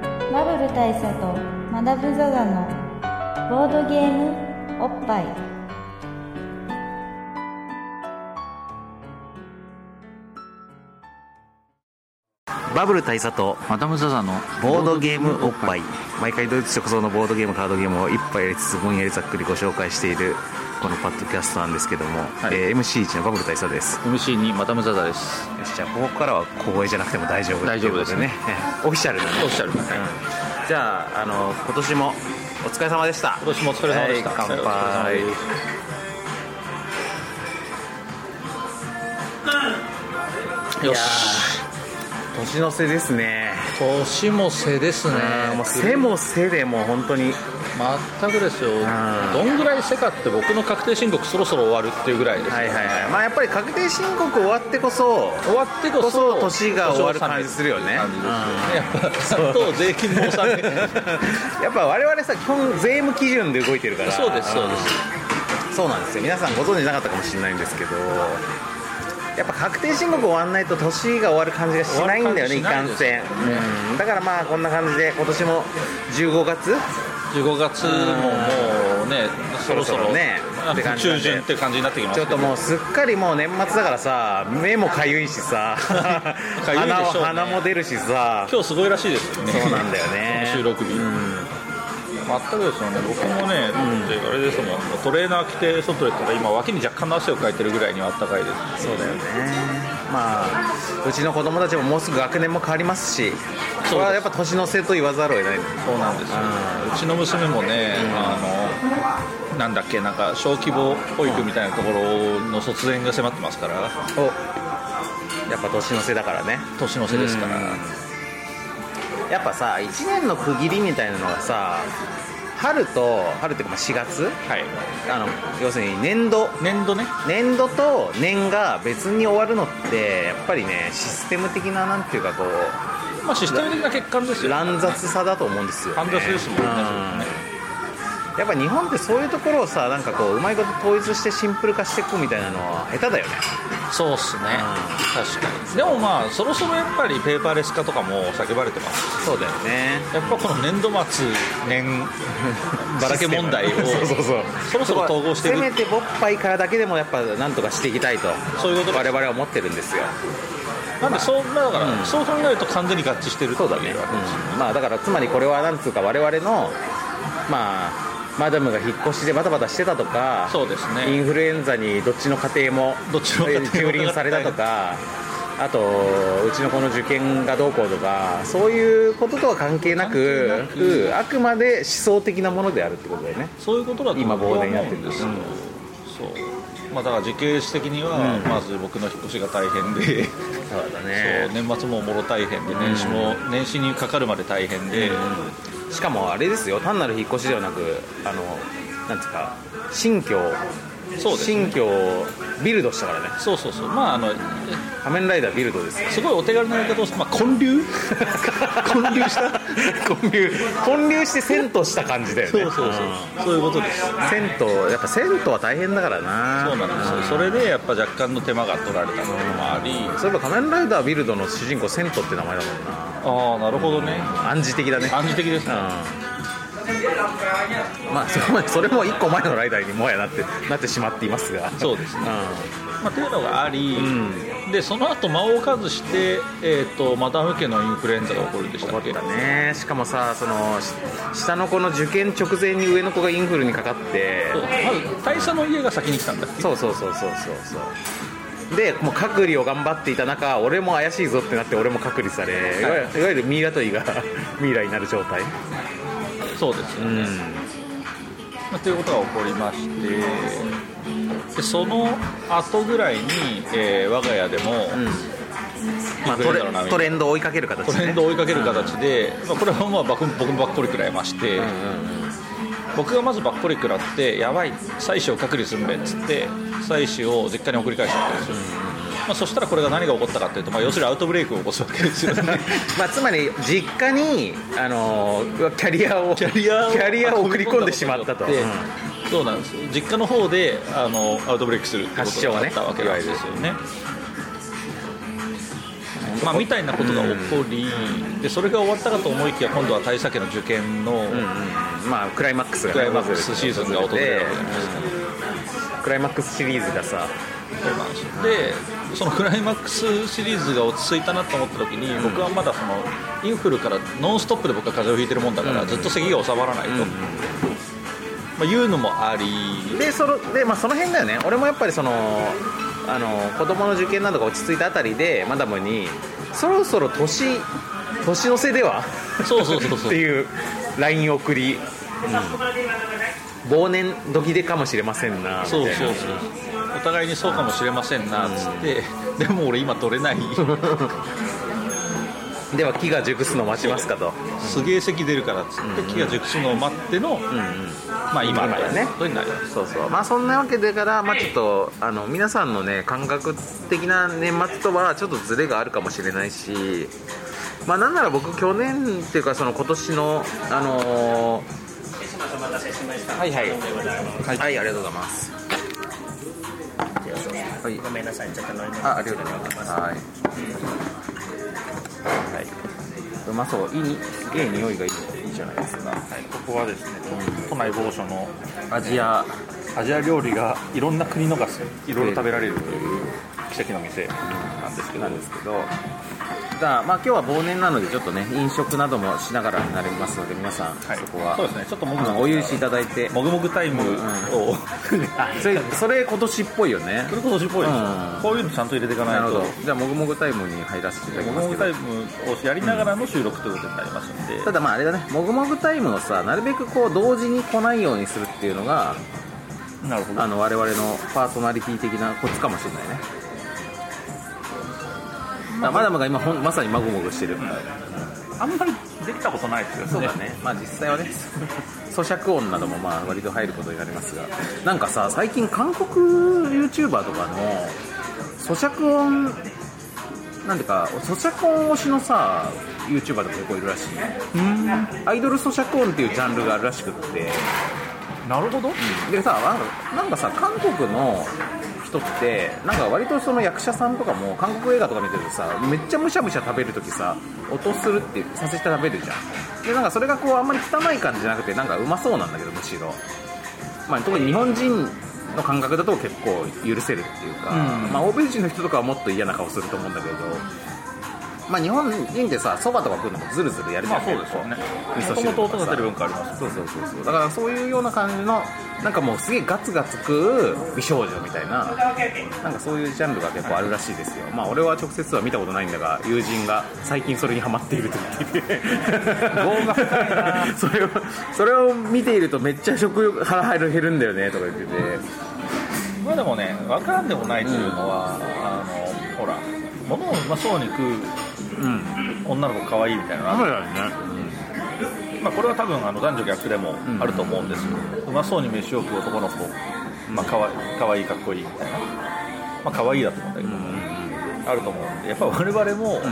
部大佐とマダム・ザ・ザのボードゲームおっぱいバブル大佐とマダム・ザ・ザのボードゲームおっぱい毎回ドイツ直送のボードゲームカードゲームを一杯やりつつぼんやりざっくりご紹介しているこのパッドキャストなんですけども、いえー MC1 のバブル大佐です MC にマダム・ザ・ザですよしじゃあここからは光栄じゃなくても大丈夫大丈夫ですねということでねオフィシャルでねオフィシャルなはいじゃああの今年もお疲れ様でした今年もお疲れ様でした、はい乾杯お疲れ様ですよし年の瀬ですね年も瀬ですねうんもう背も背でもう本当に全くですよんどんぐらい瀬かって僕の確定申告そろそろ終わるっていうぐらいです、はいはいはいまあやっぱり確定申告終わってこ そ終わってこそこそ年が終わる感じするよね感じですよねやっぱと税金も 納めやっぱ我々さ基本税務基準で動いてるからそうですそうですそうなんですよ皆さんご存知なかったかもしれないんですけどやっぱ確定申告終わんないと年が終わる感じがしないんだよねい終わるか感んじしないせん、うんだからまあこんな感じで今年も15月15月ももうねそろそそろそろろねあって感じなん中で旬って感じになってきまちょすっともうすっかりもう年末だからさ目もかゆいしさ かゆい鼻でしょうねを鼻も出るしさ今日すごいらしいですよねそうなんだよね収録日全くですよね僕もね、であれですもんもうトレーナー着て外出たら今脇に若干の汗をかいてるぐらいにはあったかいですそうだよねまあうちの子供たちももうすぐ学年も変わりますしすそれはやっぱ年の瀬と言わざるを得ないそうなんですようちの娘もね、あのなんだっけなんか小規模保育みたいなところの卒園が迫ってますからおやっぱ年の瀬だからね年の瀬ですから、やっぱさ1年の区切りみたいなのがさ春と春っていうかまあ4月はいあの要するに年度年度ね年度と年が別に終わるのってやっぱりねシステム的ななんていうかこうまあシステム的な欠陥ですよ乱雑さだと思うんですよ、ね、乱雑ですもんねうやっぱ日本ってそういうところをさなんかこううまいこと統一してシンプル化していくみたいなのは下手だよねそうっすね確かにでもまあそろそろやっぱりペーパーレス化とかも叫ばれてますそうだよねやっぱこの年度末 年ばらけ問題を そうそうそうそろそろ統合していせめくてボッパイからだけでもやっぱなんとかしていきたいとそういうこと我で々は思ってるんですよすなんでそうだから、そう考えると完全に合致してるっていうわけですようんまあだからつまりこれはなんつうか我々のまあマダムが引っ越しでバタバタしてたとかそうですイねンフルエンザにどっちの家庭もどっちの家庭も蹂躙されたとかあとうちの子の受験がどうこうとかそういうこととは関係なく関係なくうんあくまで思想的なものであるってことだよねそういうことだと今僕は忘年に思なってうるんですよ、そうまあだから時系列的には、まず僕の引っ越しが大変で、そうだそう年末ももろ大変で年始も年始にかかるまで大変で、しかもあれですよ単なる引っ越しではなくあのなんつうか新居をそうです新ね居をビルドしたからねそうそうそうまああの仮面ライダービルド ですよすごいお手軽なやり方をして、まあ、混 流混流した混流混流して銭湯した感じだよねそうそうそうそういうことですうん銭湯やっぱ銭湯は大変だからなそうなんですよそれでやっぱ若干の手間が取られたのもありそういえば仮面ライダービルドの主人公セントって名前だもんああなるほどねな暗示的だね暗示的ですうんねまあそれもそ れも1個前のライダーにもはやなってなってしまっていますがそうですねうまあ、というのがあり、うでその後間を置かずして、えー、とマダム家のインフルエンザが起こるでしんたっけだねしかもさそのし下の子の受験直前に上の子がインフルにかかってそうまず大佐の家が先に来たんだっけそうそうそうそうそうそうでもう隔離を頑張っていた中俺も怪しいぞってなって俺も隔離され、い、わゆるいわゆるミイラ取りが ミイラになる状態そうですようね、んまあ、ということが起こりましてでその後ぐらいに、えー我が家でも、まあ、トレトレンドを追いかける形トで、ね、レンドを追いかける形で、まあ、これはまあ僕僕もばっこり食らいまして、僕がまずばっこり食らってやばい妻子を隔離するべっつって妻子を実家に送り返したわけですよ、まあ、そしたらこれが何が起こったかっていうと、まあ、要するにアウトブレイクを起こすわけですよねまあ、つまり実家に、あのー キャリアをキャリアをキャリアを送り込んでしまったと、でうんそうなんですよ実家の方であのアウトブレイクするってこと発祥にねなったわけなんですよねまあ、みたいなことが起こり、でそれが終わったかと思いきや今度は大佐家の受験のまあクライマックスがクライマックスシーズンが訪れるわけじゃないですか、クライマックスシリーズがさそうなんですよでそのクライマックスシリーズが落ち着いたなと思った時に、僕はまだそのインフルからノンストップで僕は風邪をひいてるもんだから、ずっと咳が収まらないと、まあ、いうのもありでそので、まあ、その辺だよね俺もやっぱりそのあの子供の受験などが落ち着いたあたりでマダムにそろそろ年年の瀬ではそうそうそうそっ うていう LINE 送り、忘年時でかもしれませんなみたいそうなそうそうお互いにそうかもしれませんなっつって、でも俺今取 れないでは木が熟すのを待ちますかとすげえ咳出るからっつって気が熟すのを待っての、まあ今だよねことになりますそうそうまあそんなわけだから、まあ、ちょっとあの皆さんのね感覚的な年末とはちょっとズレがあるかもしれないしまあなんなら僕去年っていうかその今年のあのーはいはいはい、ありがとうございますはいごめんなさい、ちょっと飲みます。あありがとうございますはい、はい、うまそういいにいい匂いがいいいいじゃないですかはい、ここはですね、都内某所のアジアアジア料理がいろんな国のがいろいろ食べられるという奇跡の店なんですけどなん、ですけど、だまあ今日は忘年なので、ちょっとね、飲食などもしながらになりますので、皆さん、はいそこは、そうですねちょっともあのお許しいただいて、もぐもぐタイム を、あそれそれ、今年っぽいよねそ、れこそしっぽいですうよ、んこういうのちゃんと入れていかなないるほとど、じゃあ、もぐもぐタイムに入らせていただきもぐますもけぐタどイ。ムをやりながらの収録ということになりますんで、ただまああれだね、もぐもぐタイムをさ、なるべくこう同時に来ないようにするっていうのが、なるほど、あの我々のパーソナリティ的なコツかもしれないね。まあ、マダムが今ほんまさにまぐもぐしてる、あんまりできたことないですよね。そうだね、まあ実際はね、咀嚼音などもまあ割と入ることになりますが、なんかさ、最近、韓国 YouTuber とかの咀嚼音、なんていうか、咀嚼音推しのさ、YouTuber とか結構いるらしいね、アイドル咀嚼音っていうジャンルがあるらしくって、なるほど。でさ、あのなんかさ、韓国の人って、なんか割とその役者さんとかも、韓国映画とか見てるとさ、めっちゃむしゃむしゃ食べるときさ、音するって、させて食べるじゃん。で、なんかそれがこう、あんまり汚い感じじゃなくて、なんかうまそうなんだけど、むしろ。まあ、特に日本人の感覚だと結構許せるっていうか、まあ、欧米人の人とかはもっと嫌な顔すると思うんだけど、まあ、日本人ってさ、そばとか食うのもずるずるやるじゃまんあそうですよね味噌もと汁もととか音さが出る文化ありますそうそうそうそうだからそういうような感じのなんかもうすげえガツガツ食う美少女みたいななんかそういうジャンルが結構あるらしいですよ、まあ俺は直接は見たことないんだが友人が最近それにハマっていると言っていて業が深いな それをそれを見ているとめっちゃ食欲腹入る減るんだよねとか言っててまあでもね分からんでもないというのは、あのほら物をうまそうに食ううん女の子可愛いみたいなのある、だねまあ、これは多分あの男女逆でもあると思うんですけど、うまそうに飯を食う男の子、まあ、かわかわいいかっこいいみたいな、まあ可愛いだと思うんだけど、あると思うんでやっぱ我々も、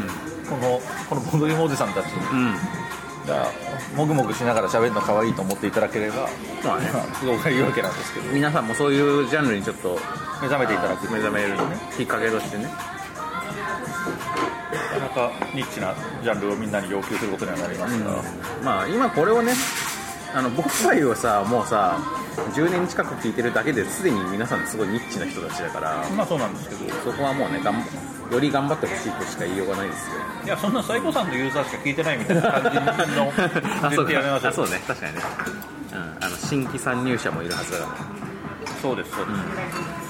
このこのボンドゲームおじさんたちうんがもぐもぐしながら喋るの可愛いと思っていただければまあねすごくいいわけなんですけど皆さんもそういうジャンルにちょっと目覚めていただく目覚めるねきっかけとしてねなかなかニッチなジャンルをみんなに要求することにはなりますが、まあ今これをねあの僕らをさもうさ10年近く聞いてるだけですでに皆さんすごいニッチな人たちだからまあそうなんですけどそこはもうね頑張より頑張ってほしいとしか言いようがないですよいやそんな最高さんとユーザーしか聞いてないみたいな感 じのそ絶う対やめましょかうあそうね確かにね、うん、あの新規参入者もいるはずだからそうですそうで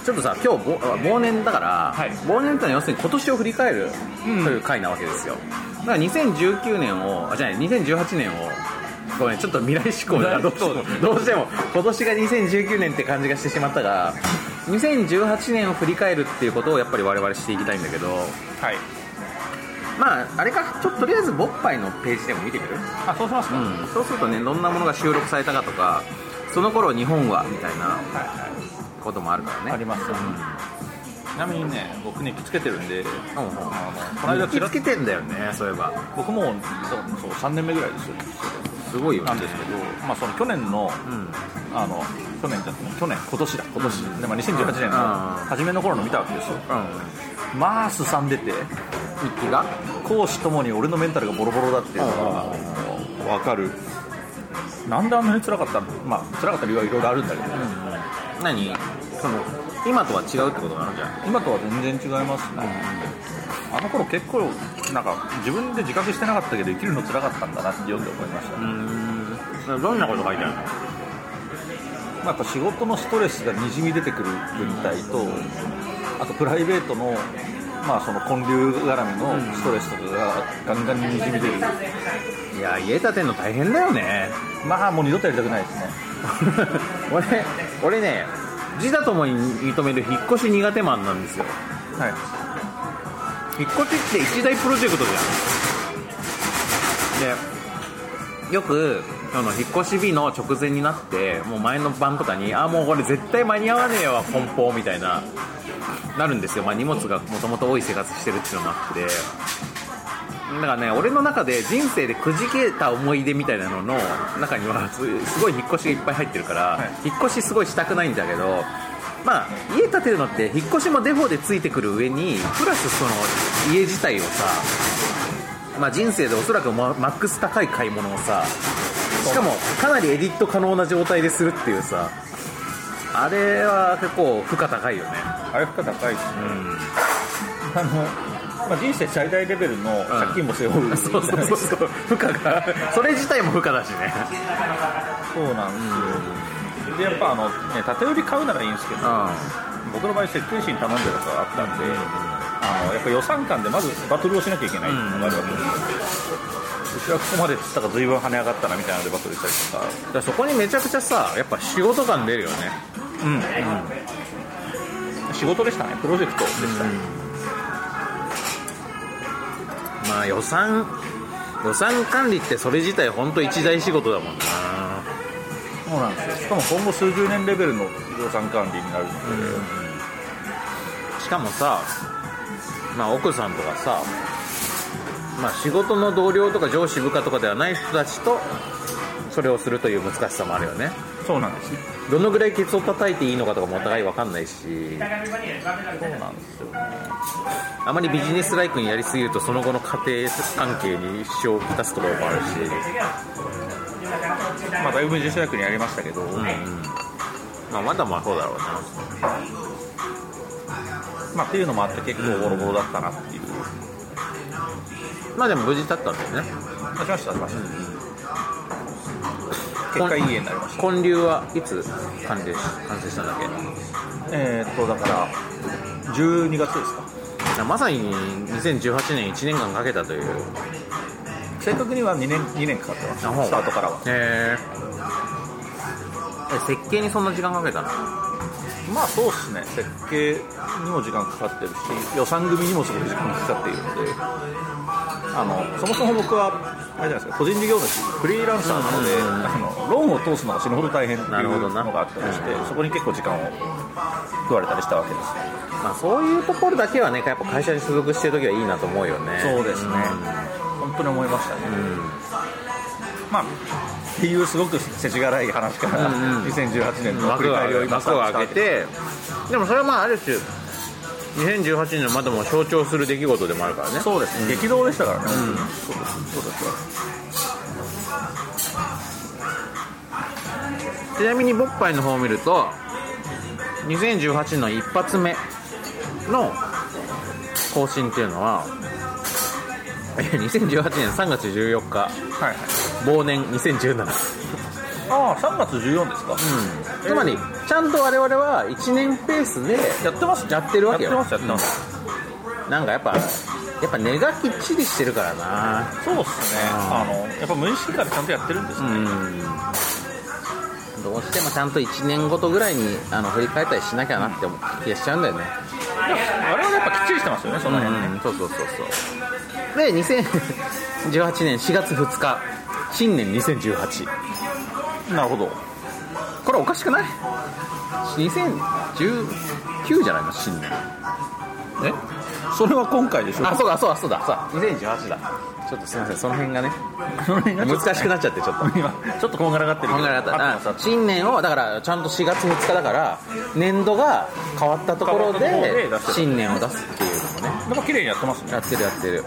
す、ちょっとさ今日ぼあ忘年だから、はい忘年というのは要するに今年を振り返るという回なわけですよ、だから2019年をあじゃない2018年をごめんちょっと未来志向だからどうしてもどうしても今年が2019年って感じがしてしまったが2018年を振り返るっていうことをやっぱり我々していきたいんだけどはいまああれかちょっととりあえずボッパイのページでも見てみるあそうしますか、うんそうするとねどんなものが収録されたかとかその頃日本はみたいなはいはいこともあるからねあります、ちなみにね僕日記つけてるんでうんうんあのこのこの間間ちらっつけてんだよねそういえば僕もうそう3年目ぐらいですよすごいよなねんですけど、まあ、その去年のうんあの去年じゃ去年今年だ今年、でまあ、2018年のあー初めの頃の見たわけですようまあすさんでて日記が公私ともに俺のメンタルがボロボロだっていうのがわかるなんであんなに辛かったのまあ辛かった理由はいろいろあるんだけど、何その今とは違うってことなのじゃあ今とは全然違いますね、あの頃結構なんか自分で自覚してなかったけど生きるの辛かったんだなって読んで思いました、まうんどんなこと書いてあるのあ、やっぱ仕事のストレスがにじみ出てくる文体と、あとプライベートのまあその建立絡みのストレスとかがガンガンににじみ出る、いや家建てんの大変だよね まあもう二度とやりたくないですね俺俺ね自他ともに認める引っ越し苦手マンなんですよはい引っ越しって一大プロジェクトじゃんでよくその引っ越し日の直前になってもう前の晩とかにあーもうこれ絶対間に合わねえわ梱包みたいななるんですよ、まあ、荷物がもともと多い生活してるっていうのもあってだからね俺の中で人生でくじけた思い出みたいなのの中にはすすごい引っ越しがいっぱい入ってるから、い引っ越しすごいしたくないんだけどまあ家建てるのって引っ越しもデフォでついてくる上にプラスその家自体をさまあ、人生でおそらくママックス高い買い物をさしかもかなりエディット可能な状態でするっていうさあれは結構負荷高いよねあれ負荷高いですね、あのまあ、人生最大レベルの借金も背負 う、 そうそうそうそう負荷がそれ自体も負荷だしねそうなんですよ、でやっぱあの、ね、縦売り買うならいいんですけど、僕の場合設計士に頼んでるとかあったんで、あのやっぱ予算間でまずバトルをしなきゃいけないっていうのがあるわけですよ、うちはここまでっつったから随分跳ね上がったなみたいなのでバトルしたりとかだからそこにめちゃくちゃさやっぱ仕事感出るよね仕事でしたねプロジェクトでした、まあ予算予算管理ってそれ自体本当一大仕事だもんなそうなんですよしかも今後数十年レベルの予算管理になるので、しかもさ、まあ、奥さんとかさ、まあ、仕事の同僚とか上司部下とかではない人たちとそれをするという難しさもあるよねそうなんですねどのぐらいケツを叩いていいのかとかもお互い分かんないしそうなんですよあまりビジネスライクにやりすぎるとその後の家庭関係に支障をきたすところもあるしまあだいぶ自主役にやりましたけど、まあまだまあそうだろうなまあっていうのもあって結構ボロボロだったなっていう、まあでも無事だったんだよね出しました出しました、結果いい家になりました建立はいつ完成し完成したんだっえー、っとだから12月ですかけまさに2018年1年間かけたという正確には2年 ,2 年かかってましたスタートからはへえ設計にそんな時間かけたのまあそうっすね設計にも時間かかってるし予算組にもすごい時間かかっているのであのそもそも僕はあれじゃないですか個人事業主フリーランサーなので、あのローンを通すのが死ぬほど大変っていうなるほどのながあったりして、そこに結構時間を食われたりしたわけですまあ、そういうところだけはねやっぱ会社に所属してる時はいいなと思うよねそうですね、本当に思いましたね、まあ、っていうすごく世知辛い話から、2018年の振幕りを返りを開今幕を開けてでもそれはまあある種2018年のまでも象徴する出来事でもあるからねそうですね、激動でしたからね、そうですそうですちなみにボッパイの方を見ると2018年の一発目の更新っていうのはえ2018年3月14日はいはい忘年2017ああ3月14ですか、つまりちゃんと我々は1年ペースでやってますやってるわけよやってますやってます、なんかやっぱやっぱ根がきっちりしてるからなそうっすねあのやっぱ無意識からちゃんとやってるんですね、どうしてもちゃんと1年ごとぐらいにあの振り返ったりしなきゃなって思う気がしちゃうんだよねあれはやっぱきっちりしてますよねその辺ね、うんそうそうそうそうで2018年4月2日新年2018なるほどこれおかしくない ?2019 じゃないの新年えそれは今回でしょあそうだそうだそうだそうだ2018だちょっとすいませんその辺がねその辺がちょっと難しくなっちゃってちょっと今ちょっとこんがらがってる考えられた合ってます新年をだからちゃんと4月2日だから年度が変わったところ変わったところでで出してる新年を出すっていうのもねでも綺麗にやってますねやってるやってる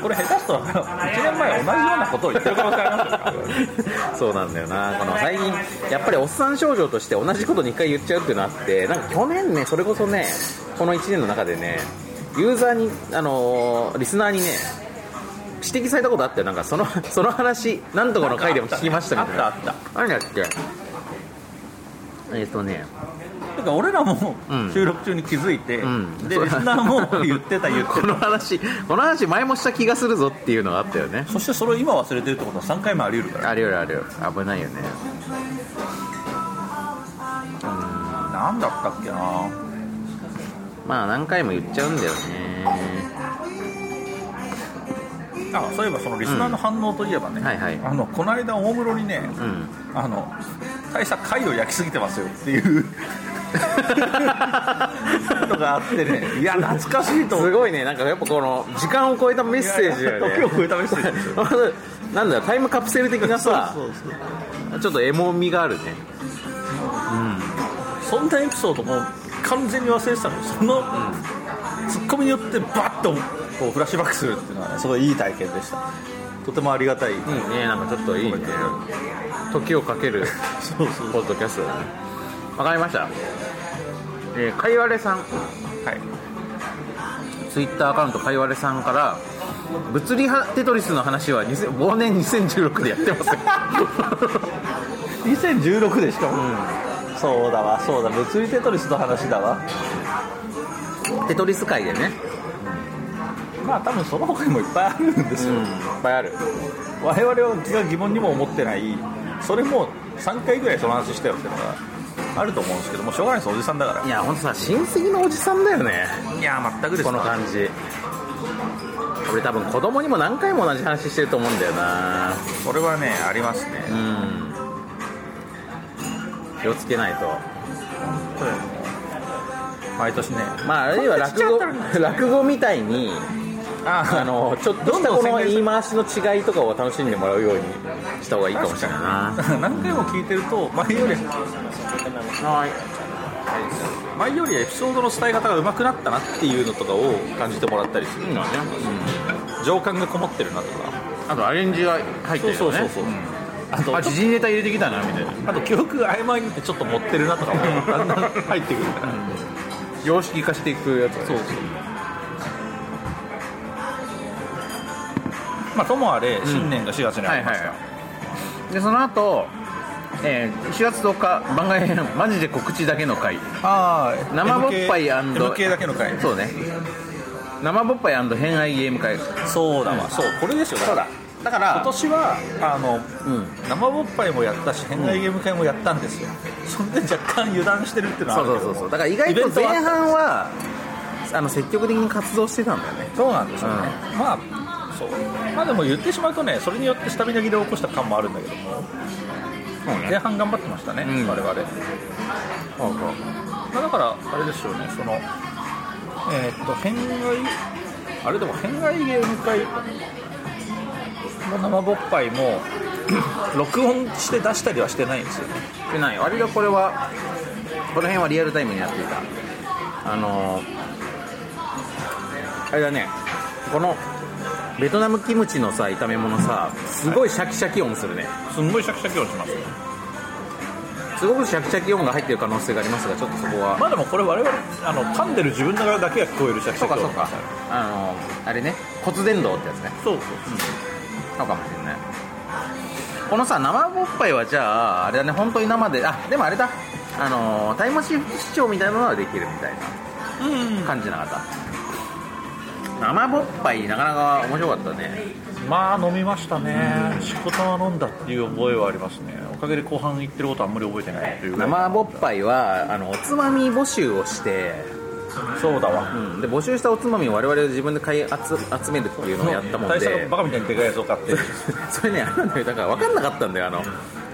これ下手すとあの1年前同じようなことを言ってる可能性あ りますよそうなんだよなこの最近やっぱりおっさん少女として同じこと2回言っちゃうっていうのあってなんか去年ねそれこそねこの1年の中でねユーザーにあのーリスナーにね指摘されたことあったよなんかその その話なんとかの回でも聞きましたみたいなあったあっあれだっけえっ、とねだから俺らもうん収録中に気づいて、うんでそうリスナーも言ってた言っこてのた話この話前もした気がするぞっていうのがあったよねそしてそれを今忘れてるってことは3回もあり得るからあるよあるよ危ないよね何だったっけなまあ何回も言っちゃうんだよねあそういえばそのリスナーの反応といえばね、はいはいあのこの間大室にね、うんあの大した貝を焼きすぎてますよっていう のがあってねいや懐かしいと思すうごいねなんかやっぱこの時間を超えたメッセージだよねいやいや時を超えたメッセージですよ なんだよタイムカプセル的なさそうそうちょっとエモみがあるねそんなエピソードも完全に忘れてたのにその、ツッコミによってバッとこうフラッシュバックするっていうのはねすごいいい体験でしたとてもありがたい、いいねなんかちょっといいね時をかけるそうそうポッドキャストだねわかりましたえーかいわれさんはいツイッターアカウントかいわれさんから物理はテトリスの話は2000忘年2016でやってます2016でしかも、そうだわそうだ物理テトリスの話だわ テトリス界でねまあ多分その他にもいっぱいあるんですよ、いっぱいある我々が疑問にも思ってないそれも3回ぐらいその話したよっていうのがあると思うんですけどもうしょうがないですおじさんだかいやほんとさ親戚のおじさんだよねらいや全くこの感じ俺多分子供にも何回も同じ話してると思うんだよなそれはねありますね、うん気をつけないと毎年ねまああるいは落語 落語みたいにああのちょっとしたこの言い回しの違いとかを楽しんでもらうようにした方がいいかもしれないな何回も聞いてると前よりはい前よりエピソードの伝え方が上手くなったなっていうのとかを感じてもらったりするいいのね、情感がこもってるなとかあとアレンジが入ってるよねそうあとあ時事ネタ入れてきたなみたいなあと記憶が曖昧になってちょっと持ってるなとかもだんだん入ってくるから様式化していくやつそうそうまあともあれ新年が4月にありますから、はい、でその後、えー、4月10日番外編マジで告知だけの回ああ生ぼっぱい MK だけの回そうね生ぼっぱい偏愛ゲーム会そうだわそうこれですよそうだだから今年はあのうん生ぼっぱいもやったし変態ゲーム会もやったんですよ、そんで若干油断してるっていうのそはあうるそけうどそうそうだから意外イベとント前はあった半はあの積極的に活動してたんだよねそうなんですよね、まあそうまあでも言ってしまうとねそれによってスタミナ切れを起こした感もあるんだけどもそう前半頑張ってましたね、うん我そ々、うそうまあ、だからあれですよねそのえーっと変愛あれでも変愛ゲーム会も生ぼっぱいも 録音して出したりはしてないんですよねでない割とこれはこの辺はリアルタイムにやっていたあのー、あれだねこのベトナムキムチのさ炒め物さすごいシャキシャキ音するねすんごいシャキシャキをしますすごくシャキシャキ音が入ってる可能性がありますがちょっとそこはまあでもこれ我々あの噛んでる自分の側だけが聞こえるシャキそシャうかキそう音かあのー、あれね骨伝導ってやつねそうそうそうかもしれないこのさ生ぼっぱいはじゃああれだね本当に生であでもあれだあのー、タイムマシン視聴みたいなのはできるみたいなうん、うん、感じなかった生ぼっぱいなかなか面白かったねまあ飲みましたねしこたま飲んだっていう覚えはありますねおかげで後半言ってることあんまり覚えてないっていうぐらい生ぼっぱいはあのおつまみ募集をして、そうだわうん、で募集したおつまみを我々自分で買い集集めるっていうのをやったもん大したでバカみたいにでかいやつを買ってそれねあれなんだよだから分かんなかったんだよあの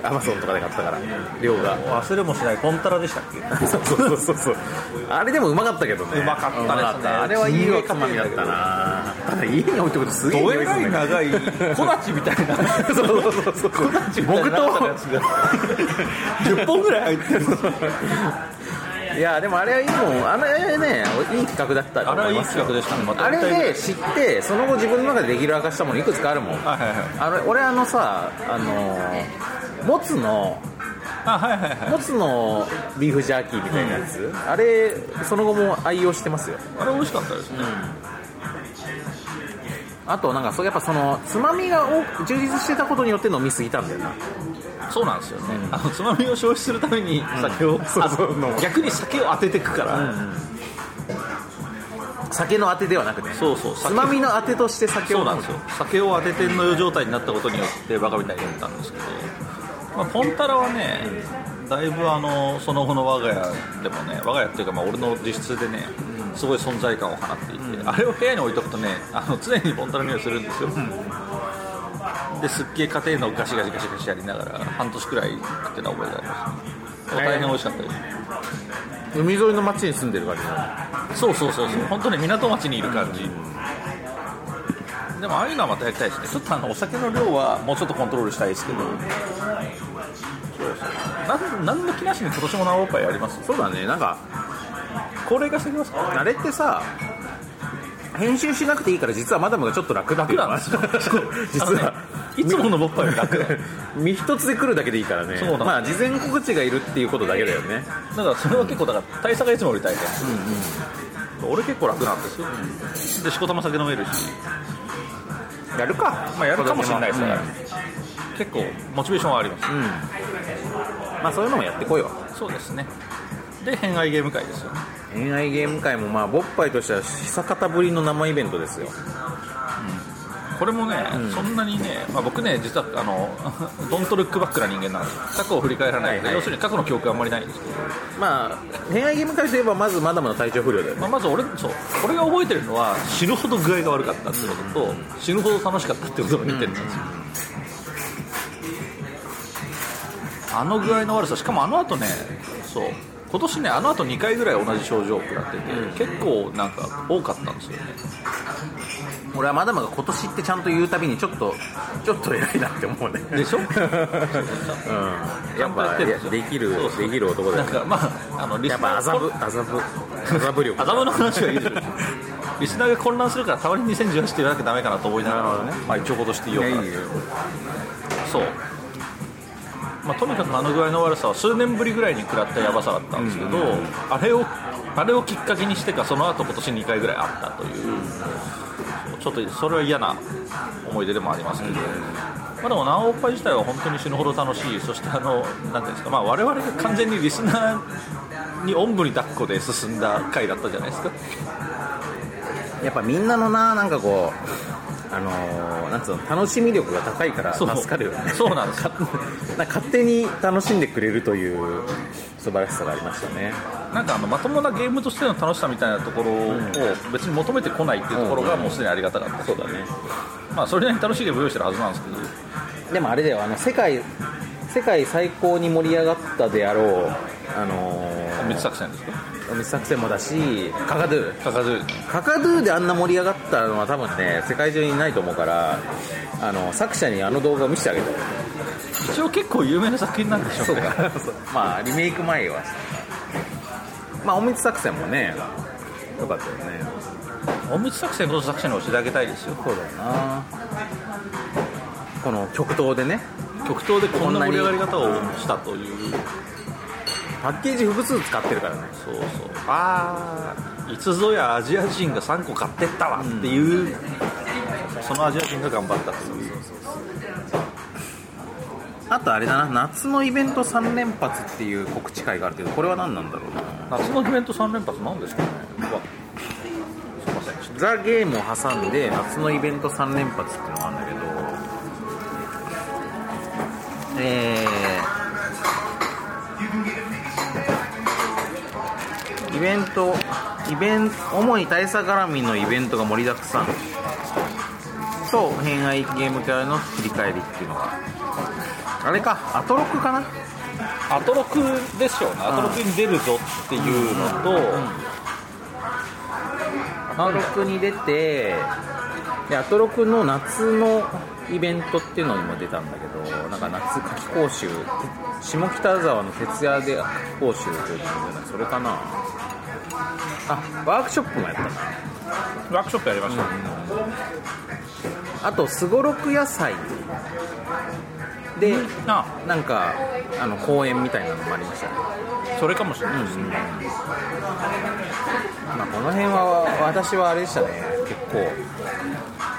アマゾンとかで買ったから量が忘れもしないコンタラでしたっけそうそうそうそうあれでもうまかったけどねうまかったですうねまあれはいいおつまみだったなただ家に置いておくとすげえど匂えいすらるいんだ長い 小立ちみたいなけどそうそうそうそう木刀 10本ぐらい入ってるいやでもあれはいいもんあれねいれいい企画だったとあ思れはいいいます企画でしたねまたあれで知ってその後自分の中でレギュラー化したものいくつかあるもんはいはいはいあれ俺あのさあのーもつのあはいはいはいもつのビーフジャーキーみたいなやつ、あれその後も愛用してますよあれ美味しかったですね、あとなんかそうやっぱそのつまみが多く充実してたことによって飲みすぎたんだよなそうなんですよね、あのつまみを消費するために酒を、そうそう飲むあ逆に酒を当ててくから、酒のあてではなくてそうそう酒つまみのあてとして酒をそ飲うなんむですよ酒を当ててんの状態になったことによってバカみたいになったんですけど、まあ、ポンタラはねだいぶあのその後の我が家でもね我が家っていうかまあ俺の自室でねすごい存在感を放っていて、あれを部屋に置いとくとねあの常にポンタラの匂いするんですよ、ですっげえ家庭のガシガシガシガシやりながら半年くらい食ってた覚えがありますね大変美味しかったです、海沿いの町に住んでる感じなそうそうそうそう本当に港町にいる感じ、でもああいうのはまたやりたいですねちょっとあのお酒の量はもうちょっとコントロールしたいですけど、そうそうなん何の気なしに今年も何オーパーやりますそうだねなんか高齢化してきますかあれってさ編集しなくていいから実はマダムがちょっと楽だっていうのは楽なんですよ 実は、あのねいつものボッパより 楽だ身一つで来るだけでいいからねそうなんですまあ事前告知がいるっていうことだけだよねだからそれは結構だから大差がいつもより大変、俺結構楽なんですよ、でしこたま酒飲めるし、やるかまあ、やるかもしれないですねから、結構モチベーションはありますうん、まあそういうのもやってこいよそうですね。で、偏愛ゲーム会ですよね。恋愛ゲーム会もまあボッパイとしては久方ぶりの生イベントですよこれもね、そんなにね、まあ、僕ね、実はあの、 ドントルックバックな人間なんですよ。過去を振り返らないのはいで、はい要するに過去の記憶があんまりないんですけど、まあ恋愛ゲーム会といえばまずマダムの体調不良だよねまあ、まず俺、そう、俺が覚えてるのは、死ぬほど具合が悪かったってことと、死ぬほど楽しかったってことが似てるんですよ。あの具合の悪さ、しかもあの後ね、そう、今年ね、あの後2回ぐらい同じ症状を食らってて、結構なんか多かったんですよね。 俺はマダムが今年ってちゃんと言うたびにちょっとちょっと偉いなって思うねでしょうんちゃやんっとやっぱているんでやすよできるそうそうできる男だなよんかまあ、あのリスやナっーぱ麻布麻布麻布力アダムの話はいいでしょリスナーが混乱するからたまに2018って言わなきゃダメかなと思いながならるほどねまあ、一応今年って言おうかないよそう、まあ、とにかくあの具合の悪さは数年ぶりぐらいに食らったヤバさだったんですけど、あれをあれをきっかけにしてかその後今年2回ぐらいあったという、そうちょっとそれは嫌な思い出でもありますけど、まあ、でも南欧パイ自体は本当に死ぬほど楽しいそしてあのなんていうんですか、まあ、我々が完全にリスナーにおんぶに抱っこで進んだ回だったじゃないですかやっぱみんなのななんかこうあのーなんつうの楽しみ力が高いから助かるよねそうなんですよなんか勝手に楽しんでくれるという素晴らしさがありましたねなんかあのまともなゲームとしての楽しさみたいなところを別に求めてこないっていうところがもうすでにありがたかった、そうだねまあそれなりに楽しいゲーム用意してるはずなんですけどでもあれだよあの世界世界最高に盛り上がったであろうあの三つー作戦ですねお水作戦もだしカカドゥかかずカカドゥであんな盛り上がったのは多分ね世界中にないと思うからあの作者にあの動画を見せてあげた一応結構有名な作品なんでしょうねまあリメイク前はまあ隠密作戦もねよかったよね隠密作戦こそ作者に教えてあげたいですよそうだよなこの極東でね極東でこんなこんな盛にり上がり方をしたというパッケージ複数使ってるからねそうそうああいつぞやアジア人が3個買ってったわっていう、そのアジア人が頑張ったというあとあれだな夏のイベント3連発っていう告知会があるけどこれは何なんだろうな夏のイベント3連発なんですかねうわすいませんザ・ゲームを挟んで夏のイベント3連発っていうのがあるんだけどえーイベントイベン主に大差絡みのイベントが盛りだくさんと偏愛ゲームキャラの振り返りっていうのがあれかアトロックかなアトロクでしょうね、アトロクに出るぞっていうのと、アトロクに出てでアトロクの夏のイベントっていうのにも出たんだけどなんか夏夏季講習下北沢の徹夜で夏季講習というのがあるんだけどそれかなあワークショップもやったなワークショップやりました、あとすごろく野菜であなんかあの公園みたいなのもありましたねそれかもしれないですね、まあこの辺は私はあれでしたね結構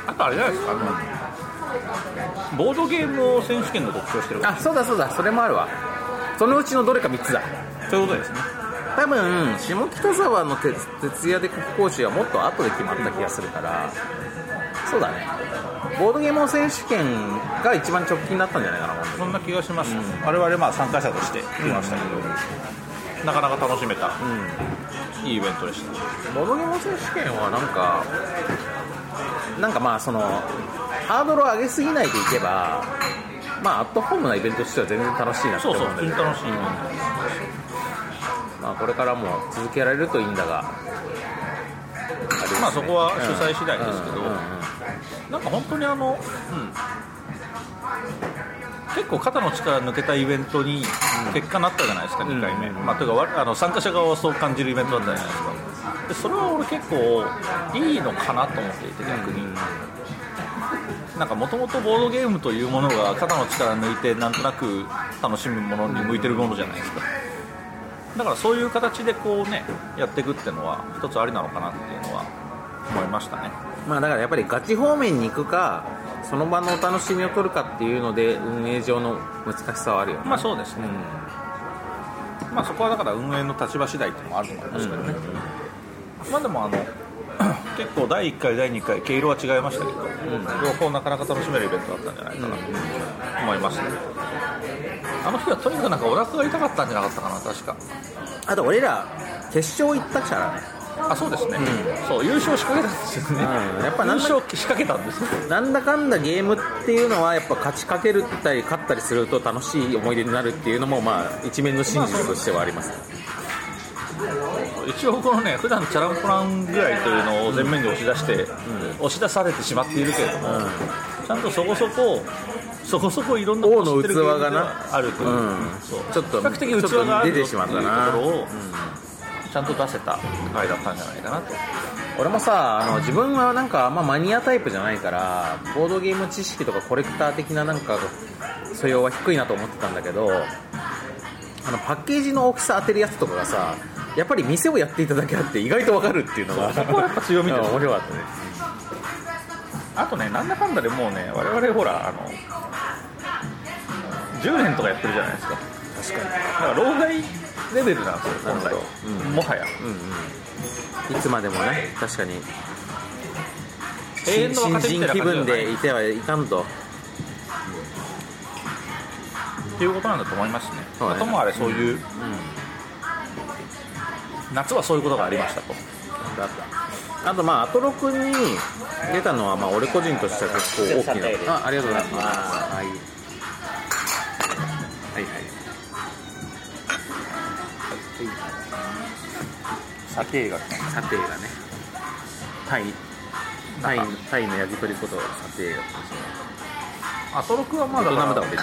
あとあれじゃないですかあのボードゲームを選手権の特徴してるあそうだそうだそれもあるわそのうちのどれか3つだそういうことですね多分下北沢の徹徹夜で国講師はもっと後で決まった気がするからそうだねボードゲーム王選手権が一番直近だったんじゃないかなもうそんな気がします、我々まあ参加者として来ましたけど、なかなか楽しめた、いいイベントでしたボードゲーム王選手権はなんかなんかまあそのハードルを上げすぎないでいけばまあアットホームなイベントとしては全然楽しいなってそう思そうう、んだ普け通どに楽しい、まあ、これからも続けられるといいんだが、まあそこは主催次第ですけどうんうんうんなんか本当にあの、結構肩の力抜けたイベントに結果なったじゃないですか、2回目、まあ、というかわあの参加者側はそう感じるイベントだったじゃないですかでそれは俺結構いいのかなと思っていて逆に、なんかもともとボードゲームというものが肩の力抜いてなんとなく楽しむものに向いてるものじゃないですかだからそういう形でこうねやっていくっていうのは一つありなのかなっていうのは思いましたねまあ、だからやっぱりガチ方面に行くかその場のお楽しみを取るかっていうので運営上の難しさはあるよね、まあそうですね、まあそこはだから運営の立場次第っていうのもあると思いますけどね、まあでもあの 結構第1回第2回毛色は違いましたけど、両方なかなか楽しめるイベントだったんじゃないかなと思いますね、あの日はとにかくなんかお腹が痛かったんじゃなかったかな確かあと俺ら決勝行ったからね、あそうですね、そう優勝仕掛けたんですよね、うん、やっぱ優なんだ勝仕掛けたんですよなんだかんだゲームっていうのはやっぱ勝ちかけるったり勝ったりすると楽しい思い出になるっていうのもまあ一面の真実としてはあります、一応このね普段チャランポランぐらいというのを前面に押し出して、押し出されてしまっているけれども、ちゃんとそこそこそこそこいろんな王の知ってる器がなゲームがあるという,、うんそうちょっと比較的器があるちょっと出てしまったなというところを、ちゃんと出せた回だったんじゃないかなと俺もさあの自分はなんかあんまマニアタイプじゃないからボードゲーム知識とかコレクター的ななんか素養は低いなと思ってたんだけどあのパッケージの大きさ当てるやつとかがさやっぱり店をやっていただけあって意外とわかるっていうのがそこはやっぱ強みですうん 面白かったねあとねなんだかんだでもうね我々ほらあの10年とかやってるじゃないですか確かにだから老害レベルなんですよ本来、もはや、いつまでもね確かに永遠の新若手みたい人気な感じじゃない分でいてはいかんとっていうことなんだと思いますね。そうねまあともあれそういう、夏はそういうことがありましたと。だったあとまあアトロクに出たのはまあ俺個人としては結構大きなあありがとうございますはいはいはい査定が査定がねタイタイタイの焼き鳥こと査定がアトロクはまベだトナムだわ会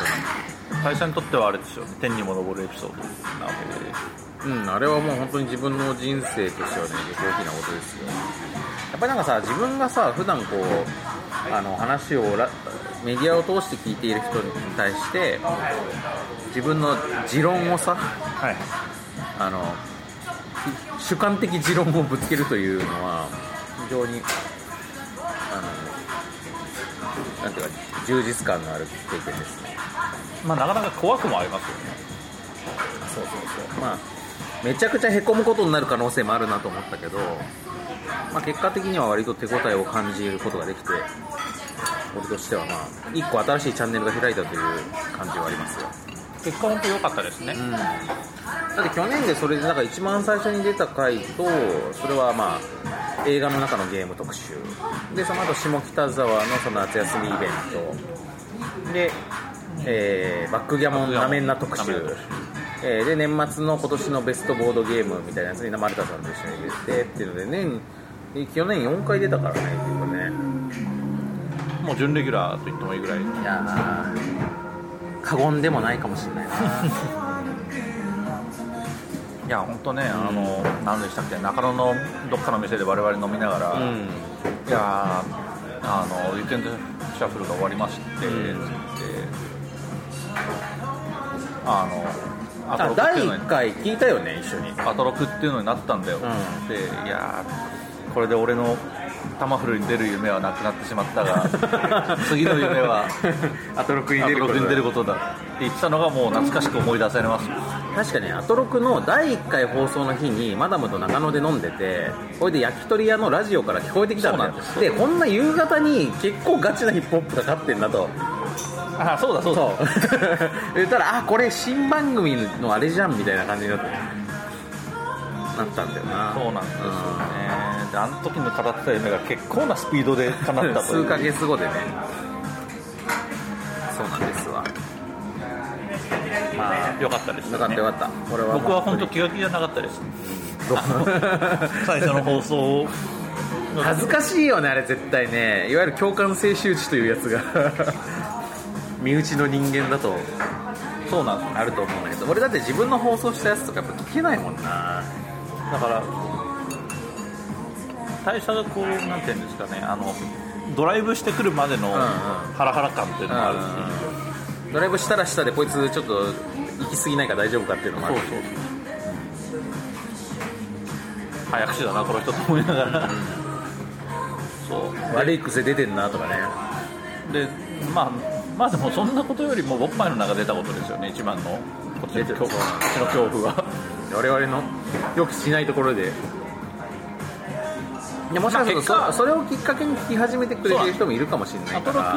ベト社にとってはあれですよね。天にも昇るエピソードなわけで。ナムうんあれはもう本当に自分の人生としてはね結構大きなことですよやっぱりなんかさ自分がさ普段こうあの話をらメディアを通して聞いている人に対して自分の持論をさはい。あの主観的持論をぶつけるというのは非常にあのなんていうか充実感のある経験ですねまあなかなか怖くもありますよね。そうそうそうまあめちゃくちゃへこむことになる可能性もあるなと思ったけど、まあ、結果的には割と手応えを感じることができて俺としてはまあ1個新しいチャンネルが開いたという感じはありますよ結果本当良かったですね。だって去年でそれでなんか一番最初に出た回とそれはまあ映画の中のゲーム特集でその後下北沢のその夏休みイベントで、えーバックギャモンなめんな特集なめんな特えーで年末の今年のベストボードゲームみたいなやつに丸田さんと一緒に出てっていうので年去年4回出たからねっていうかねもう準レギュラーと言ってもいいぐらい。いやー過言でもないかもしれないないや本当ね、あの何でしたっけ中野のどっかの店で我々飲みながら、うんいやーあのウィークエンドシャッフルが終わりまして、んってあのアトあロクって第いうのに1回聞いたよね一緒にアトロクっていうのになったんだよ、んでいやーこれで俺の玉フルに出る夢はなくなってしまった が次の夢はアトロク アにト出るロこクとに出るだことだって言ってたのがもう懐かしく思い出されます確かにアトロクの第1回放送の日にマダムと中野で飲んでてこれで焼き鳥屋のラジオから聞こえてきたんだよそうでなんこんな夕方に結構ガチなヒップホップがかかってんだとあそうだそうそう 言ったらあこれ新番組のあれじゃんみたいな感じになってなったんだよなそうなんですよね、であの時の語ってた夢が結構なスピードで叶ったとい数うヶ月後でねそうなんですわまあよかったですねよかったよかったこれは僕は本当気が気じゃなかったです 最初の放送を恥ずかしいよねあれ絶対ねいわゆる共感性周知というやつが 身内の人間だとそうなんですあると思うんだけど俺だって自分の放送したやつとかやっぱ聞けないもんなだから代謝がこうなんていうんですかねあのドライブしてくるまでのんハラハラ感っていうのもあるし、ドライブしたらしたでこいつちょっと行き過ぎないから大丈夫かっていうのもあるそうそうそう早口だなこの人と思いながら、そう悪い癖出てんなとかねでまあまあでもそんなことよりも僕前の中出たことですよね一番のこっちの出てる恐怖こっちの恐怖 は我々の予期しないところでいやもしかするとまあそ結そ果れをきっかけに聞き始めてくれてる人もいるかもしれなアいトかロら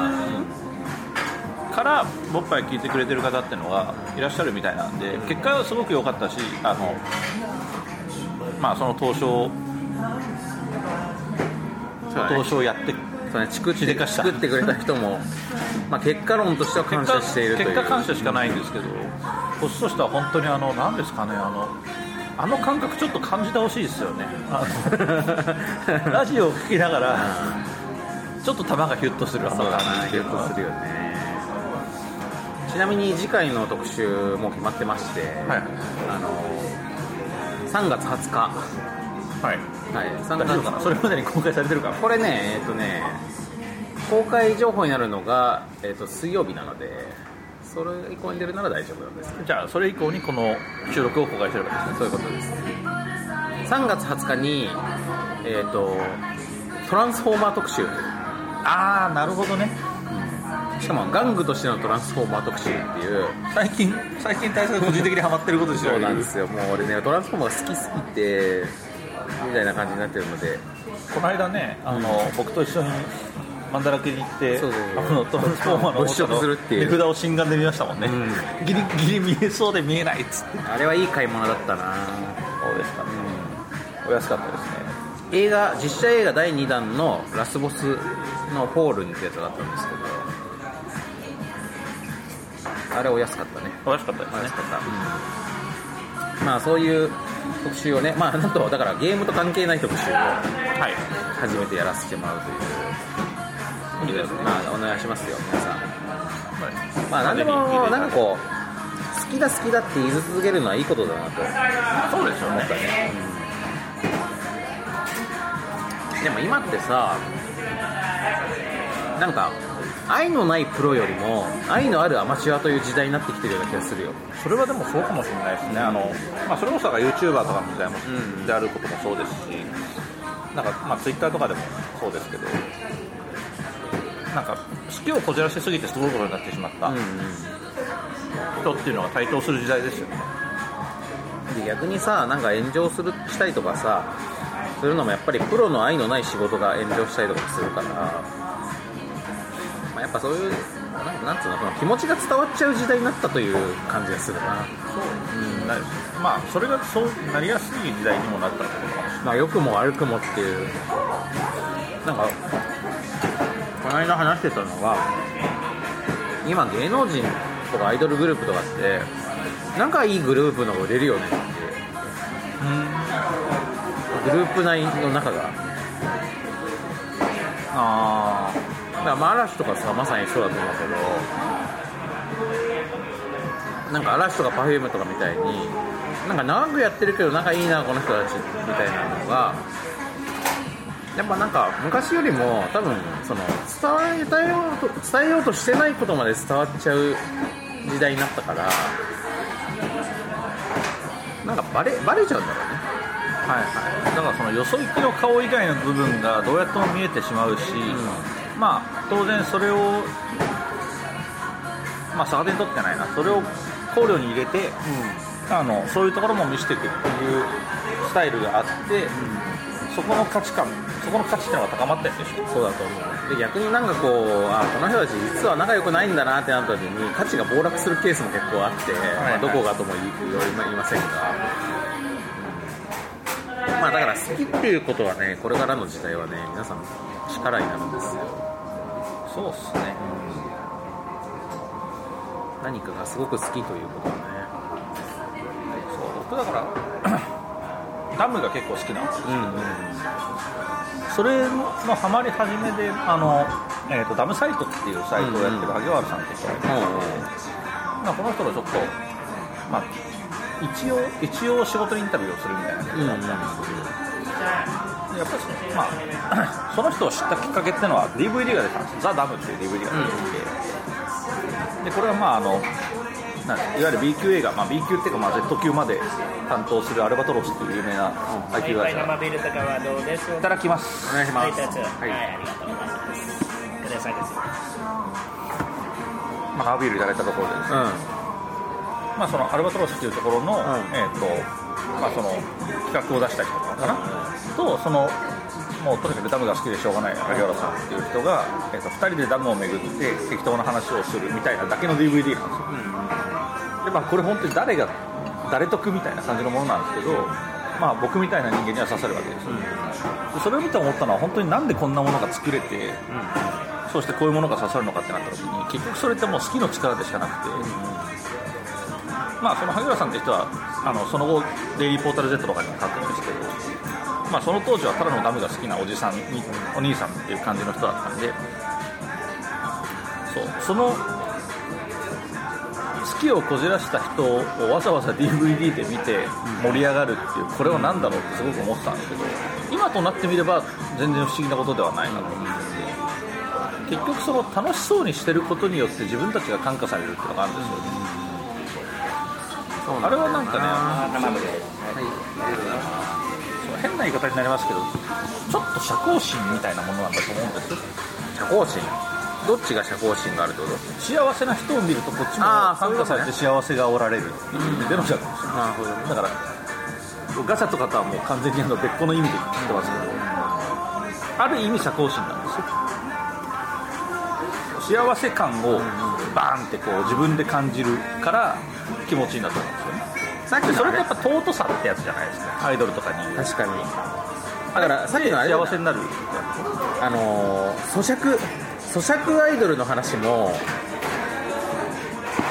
クからボッパイ聞いてくれてる方ってのがいらっしゃるみたいなんで結果はすごく良かったしあのまあその投票投そう票やってだねチクっしてでかした作ってくれた人も、まあ、結果論としては結感謝果しているという結果感謝しかないんですけど年としては本当にあの何ですかねあのあの感覚ちょっと感じてほしいですよねあ のラジオを聞きながらちょっと玉がヒュッとするあの そうだ感なじってゲいうッのトはするよねちなみに次回の特集もう決まってまして、はいあの3月20日、ははい、い3大月丈夫かなそれまでに公開されてるかなこれねえっ、とね公開情報になるのが、えっと水曜日なのでそれ以降に出るなら大丈夫なんですけどじゃあそれ以降にこの収録を公開すればいいですねそういうことです3月20日にえっ、とトランスフォーマー特集ああなるほどねしかも玩具としてのトランスフォーマー特集っていう最近最近大佐が個人的にハマってることですよそうなんですよもう俺ねトランスフォーマーが好きすぎてみたいな感じになってるのでこの間ねあの、僕と一緒にマンダラケに行ってそうそうそうあのトランスフォーマーのご試食するっていう手札を心眼で見ましたもんね、うギリギリ見えそうで見えないっつってあれはいい買い物だったなそうですかね、お安かったですね映画実写映画第2弾のラスボスのホールにってやつだったんですけどあれお安かったねお安かったでおすね安かった、まあそういう特集をねまあなんとだからゲームと関係ない特集をはい初めてやらせてもらうといういいですねまあお願いしますよ皆さんはいまあ何でも聞いていただなんいかてこう好きだ好きだって言い続けるのはいいことだなと思っそうですよねたね、うんでも今ってさなんか愛のないプロよりも愛のあるアマチュアという時代になってきてるような気がするよそれはでもそうかもしれないですね、あのまあ、それこそが YouTuber とかみたいなもうんであることもそうですし、なんか、まあ、Twitter とかでもそうですけど、なんか、好きをこじらせすぎてすごいことになってしまった人っていうのが台頭する時代ですよね、で逆にさなんか炎上するしたりとかさするのもやっぱりプロの愛のない仕事が炎上したりとかするから、まあ、やっぱそういうなんなんつうのその気持ちが伝わっちゃう時代になったという感じがするな、うんないですまあ、それがそうなりやすい時代にもなったってことかもしまあ、良くも悪くもっていうなんかこの間話してたのが今芸能人とかアイドルグループとかって仲いいグループの方が売れるよねっていうグループ内の中がれない。あだからまあ嵐とかさまさにそうだと思うけどなんか嵐とか Perfume とかみたいになんか長くやってるけど仲いいなこの人たちみたいなのがやっぱなんか昔よりも多分その伝えたいようと伝えようとしてないことまで伝わっちゃう時代になったからなんかバレバレちゃうんだろうねはいはい、だからそのよそ行きの顔以外の部分がどうやっても見えてしまうし、まあ、当然それを、まあ、逆手にとってないなそれを考慮に入れて、あのそういうところも見せていくっていうスタイルがあって、そこの価値観そこの価値っていうのが高まったりでしょそうだと思うで逆になんかこうあこの人たち実は仲良くないんだなってなった時に価値が暴落するケースも結構あって、いまあ、どこがとも言い言いま言いませんが、うんまあだから好きっていうことはねこれからの時代はね皆さん力になるんですよそうっすね何かがすごく好きということはそう僕だから ダムが結構好きなんですよねうんうんそれのハマり始めであの、えー、とダムサイトっていうサイトをやってる萩原さんって人がいてまあ、この人がちょっと、まあ、一応一応仕事にインタビューをするみたいなうんうんうんやっぱりその、まあ、 その人を知ったきっかけっていうのは DVD が出たんです「ザ・ダムっていう DVD が出てきて、でこれはまああのなんいわゆる B 級映画、まあ、B 級っていうかまあ Z 級まで担当するアルバトロスっていう有名な IT 会社、生ビールとかはどうですいただきますお願いしはまい、す二つ。ははいい、ありがとうございます。くださいです。まあ、生ビールいただいたところでですねまあ、そのアルバトロスっていうところの,、えーとまあ、その企画を出したりとかかな、とそのもうとにかくダムが好きでしょうがない萩原さんっていう人が、えー、と2人でダムを巡って適当な話をするみたいなだけの DVD なんですよ、でまあ、これ本当に誰が誰得みたいな感じのものなんですけど、まあ、僕みたいな人間には刺さるわけですよ、でそれを見て思ったのは本当になんでこんなものが作れて、そしてこういうものが刺さるのかってなった時に結局それってもう好きの力でしかなくて、まあ、その萩原さんって人はあのその後デイリーポータル Z とかにも書くんですけど、まあ、その当時はただのダムが好きなおじさんにお兄さんっていう感じの人だったんでそうその好きをこじらした人をわざわざ DVD で見て盛り上がるっていうこれは何だろうってすごく思ってたんですけど今となってみれば全然不思議なことではないなと思って結局その楽しそうにしてることによって自分たちが感化されるっていうのがあるんですよねそうあれだよはなんかねあのそう変な言い方になりますけどちょっと社交心みたいなものなんだと思うんですよ社交心どっちが社交心があるってこと幸せな人を見るとこっちもあーそういう参こと加さねれて幸せがおられるっていう意味での社交心なるほどだからガチャとかとはもう完全にあの別個の意味で言ってますけどある意味社交心なんですよ幸せ感をバーンってこう自分で感じるから気持ちいいんだと思うんですよねさっきでのそれあっれてやっぱ尊さってやつじゃないですかアイドルとかに言う確かにだからさっきのあれだよね幸せになるあのー咀嚼咀嚼アイドルの話も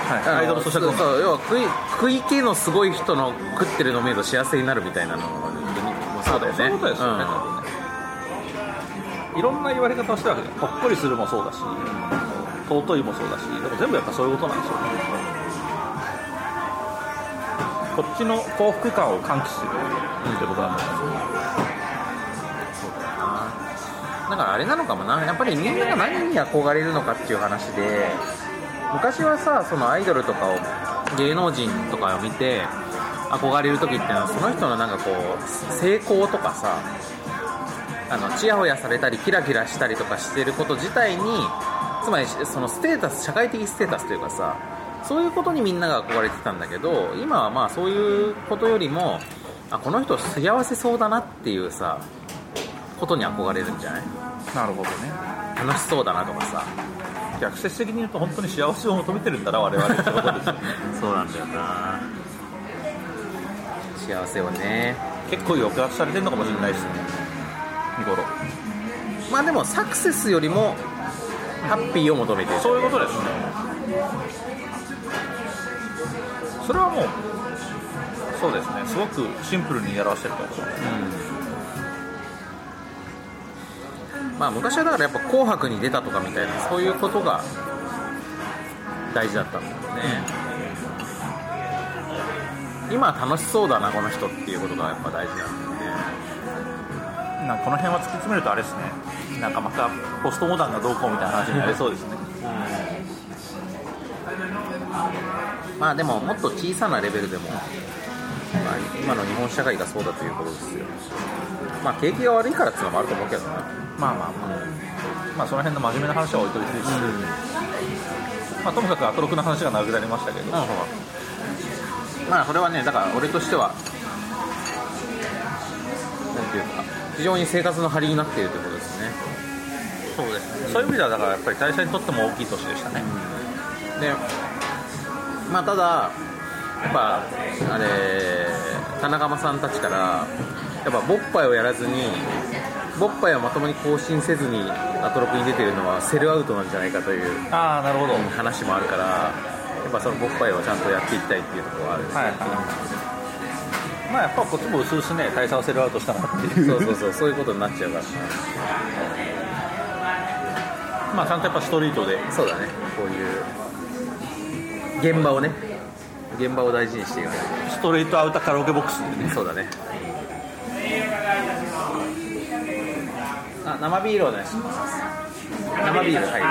あのアイドル咀嚼そう音そう要は食い食い気のすごい人の食ってるのを見ると幸せになるみたいなのもそうだよねそういうことですよね、うん多分ねいろんな言われ方をしてるわけでほっこりするもそうだし尊いもそうだしでも全部やっぱそういうことなんですよねこっちの幸福感を喚起するってことなんだと思うんですよだからあれなのかもなやっぱり人間が何に憧れるのかっていう話で昔はさそのアイドルとかを芸能人とかを見て憧れる時ってのはその人のなんかこう成功とかさあのチヤホヤされたりキラキラしたりとかしてること自体につまりそのステータス社会的ステータスというかさそういうことにみんなが憧れてたんだけど今はまあそういうことよりもあこの人幸せそうだなっていうさことに憧れるんじゃないなるほどね楽しそうだなとかさ逆説的に言うと本当に幸せを求めてるんだな我々ってことですよ ね そうなんだよな幸せをね結構抑圧されてるのかもしれないですね見頃まあでもサクセスよりもハッピーを求めてるそういうことですねそれはもうそうですねすごくシンプルに表してると思うまあ昔はだからやっぱ「紅白」に出たとかみたいなそういうことが大事だったんだよね今楽しそうだなこの人っていうことがやっぱ大事なんでねなんかこの辺は突き詰めるとあれですねなんかまたポストモダンがどうこうみたいな話になりそうですねまあでももっと小さなレベルでも、まあ、今の日本社会がそうだということですよまあ景気が悪いからっていうのもあると思うけどなまあまあまあ、まあその辺の真面目な話は置いといてです、まあ、ともかくアトロクの話が長くなりましたけど、なるほどまあこれはねだから俺としてはなんていうか非常に生活の張りになっているということですねそうですそういう意味ではだからやっぱり会社にとっても大きい年でしたね、でまあただやっぱあれ田中間さんたちからやっぱボッパイをやらずにボッパイをまともに更新せずにアトロクに出てるのはセルアウトなんじゃないかというああなるほど、はい話もあるからやっぱそのボッパイはちゃんとやっていきたいっていうところはあるはいまあやっぱこっちも薄々ね大差をセルアウトしたなっていうそうそうそうそういうことになっちゃうからまあちゃんとやっぱストリートでそうだねこういう現場をね現場を大事にしていかないストリートアウターカラオケボックスでねそうだねあ生ビールをね生ビールはい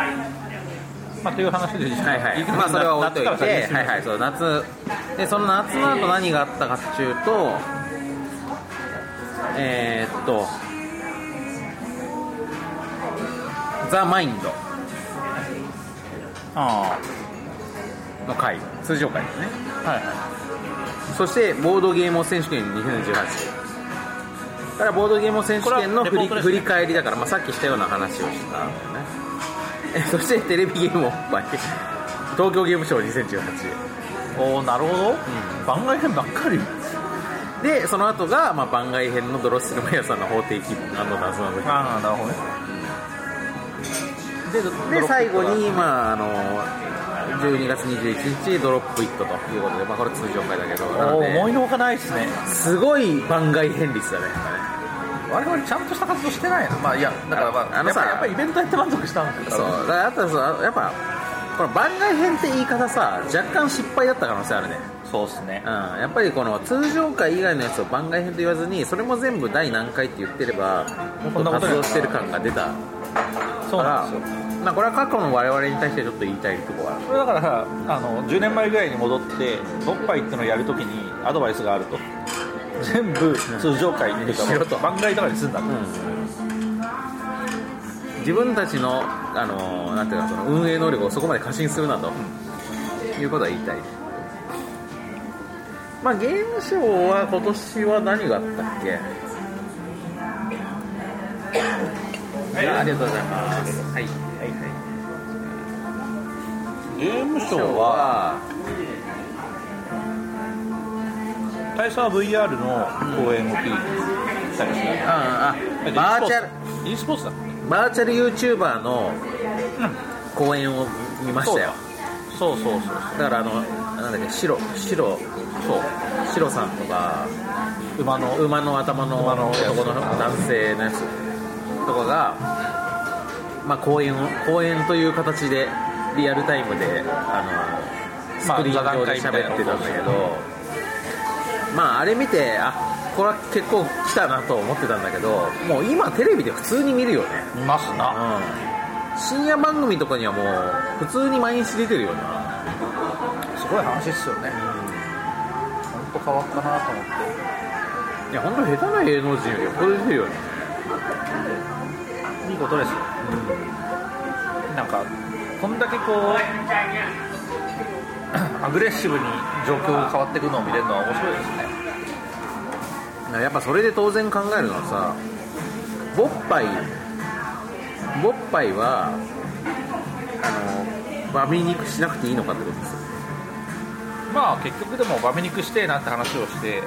まあという話ではいはい、まあそれは置いといて、はいはい、そう夏でその夏の後何があったかっていうと、えー、っと、ザ・マインドあの会、通常会ですね、あはいはそしてボードゲーム選手権2018。だからボードゲーム選手権のこれはレ振ポり,、ートです振ねり返りだから、まあ、さっきしたような話をしたんだよねえ そしてテレビゲームおっぱい東京ゲームショウ2018いおおなるほど、番外編ばっかりでその後がまあ、番外編のドロッセルマイヤーさんの法廷記あの謎の部品ああなるほどねでで最後に、まあ、あの12月21日ドロップイットということで、まあ、これ通常回だけどなおのおで思いのほかないですねすごい番外編率だね我々ちゃんとした活動してないなまあいやだからまああのさやっぱりやっぱりイベントやって満足したんだそうからだからあとはそうやっぱこの番外編って言い方さ若干失敗だった可能性あるねそうですねうん、やっぱりこの通常回以外のやつを番外編と言わずにそれも全部第何回って言ってればもっと活動してる感が出たそうなんですよから、まあ、これは過去の我々に対してちょっと言いたいところはあるこれだからあの10年前ぐらいに戻ってボッパイってのをやるときにアドバイスがあると全部通常会っていうしろとか番外とかにすんだと、自分たちのあのなんていうかその運営能力をそこまで過信するなと、いうことは言いたいまあゲームショーは今年は何があったっけあありがとうございますはいはいゲームシ今日ョーはは大佐は VR の公演を聞いたりしてああバーチャル e スポーツだバーチャル YouTuber の公演を見ましたよそうそうそうだからあのなんだっけ白白そう白さんとか馬の馬の頭の馬の男の男性のやつとかが、まあ、公演を公演という形でリアルタイムであのスまあクリーン上で座談喋会みたいなってたんだけど、まあ、あれ見てあこれは結構来たなと思ってたんだけどもう今テレビで普通に見るよね、見ますなうん、深夜番組とかにはもう普通に毎日出てるよなすごい話っすよね本当変わったなと思っていや本当下手な芸能人よりよっぽど出てるよねいいことですよ、なんかこんだけこうアグレッシブに状況が変わっていくのを見れるのは面白いですねやっぱそれで当然考えるのはさボッパイボッパイはあのバミ肉しなくていいのかってことですよまあ結局でもバメ肉してえなって話をして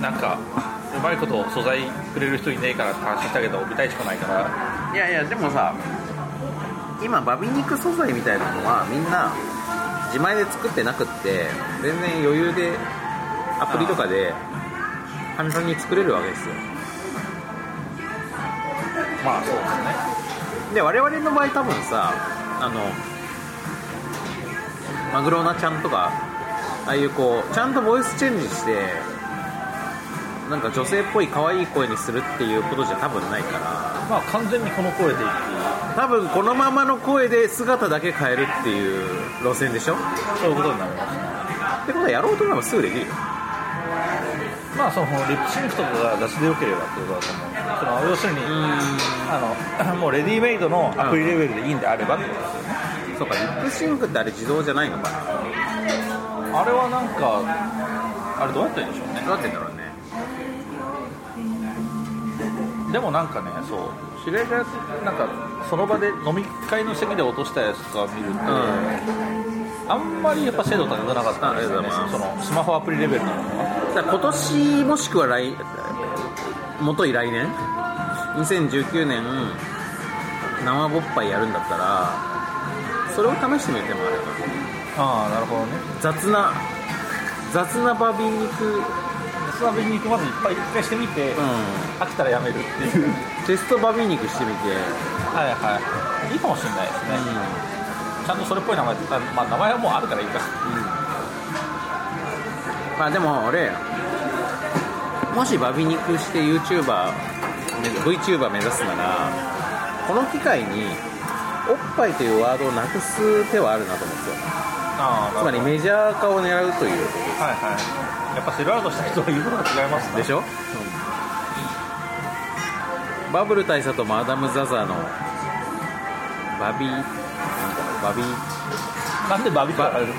なんかうまいこと素材くれる人いねえからって話したけど見たいしかないからいやいやでもさ今バミ肉素材みたいなのはみんな自前で作ってなくって全然余裕でアプリとかで簡単に作れるわけですよまあそうですねで我々の場合多分さあのマグロナちゃんとかああいうこうちゃんとボイスチェンジしてなんか女性っぽい可愛い声にするっていうことじゃ多分ないからまあ完全にこの声でいく多分このままの声で姿だけ変えるっていう路線でしょっそういうことになりますてことはやろうと思えばすぐできるよまあそのリップシンクとかが出しでよければってことだと思うんですその要するにあの もうレディメイドのアプリレベルでいいんであればってことですよね、そうかリップシンクってあれ自動じゃないのかなあれはなんかあれどうやってるんでしょうねどうやってんだろうねでもなんかねそう知り合いがなんかその場で飲み会の席で落としたやつとか見ると、あんまりやっぱ精度高くなかったんですよねありがとそのスマホアプリレベルなのはだから今年もしくは来もとい来年2019年生ぼっぱいやるんだったらそれを試してみる手もあるよなああなるほどね雑な雑なバービー肉、うん、スマビに行くまずいっぱい一回してみて、飽きたらやめるっていうテストバービー肉してみて、はいはいいいかもしれないですね、ちゃんとそれっぽい名前あまあ名前はもうあるからいいかまあでも俺もしバービー肉して YouTuberVTuber 目指すならこの機会におっぱいというワードをなくす手はあるなと思うんですよあつまりメジャー化を狙うというはいはいやっぱセルアウトした人は言うことが違いますねでしょ、バブル大佐とマダム・ザ・ザのバビなんだろうバビなんでバビから入る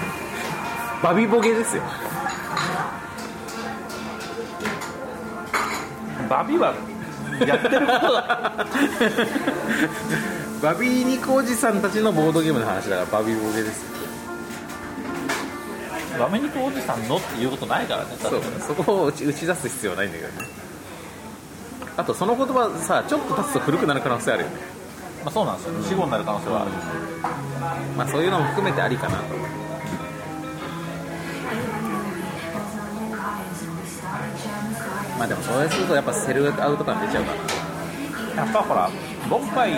バビボゲですよバビはやってることだバビ肉おじさんたちのボードゲームの話だからバビボゲですよバメ肉おじさんのっていうことないからねだってそうそこを打ち打ち出す必要はないんだけどねあとその言葉さちょっと経つと古くなる可能性あるよねまあ、そうなんですよね死後になる可能性はある、まあそういうのも含めてありかなとまあでもそれするとやっぱセルアウト感出ちゃうからやっぱほらボンパイ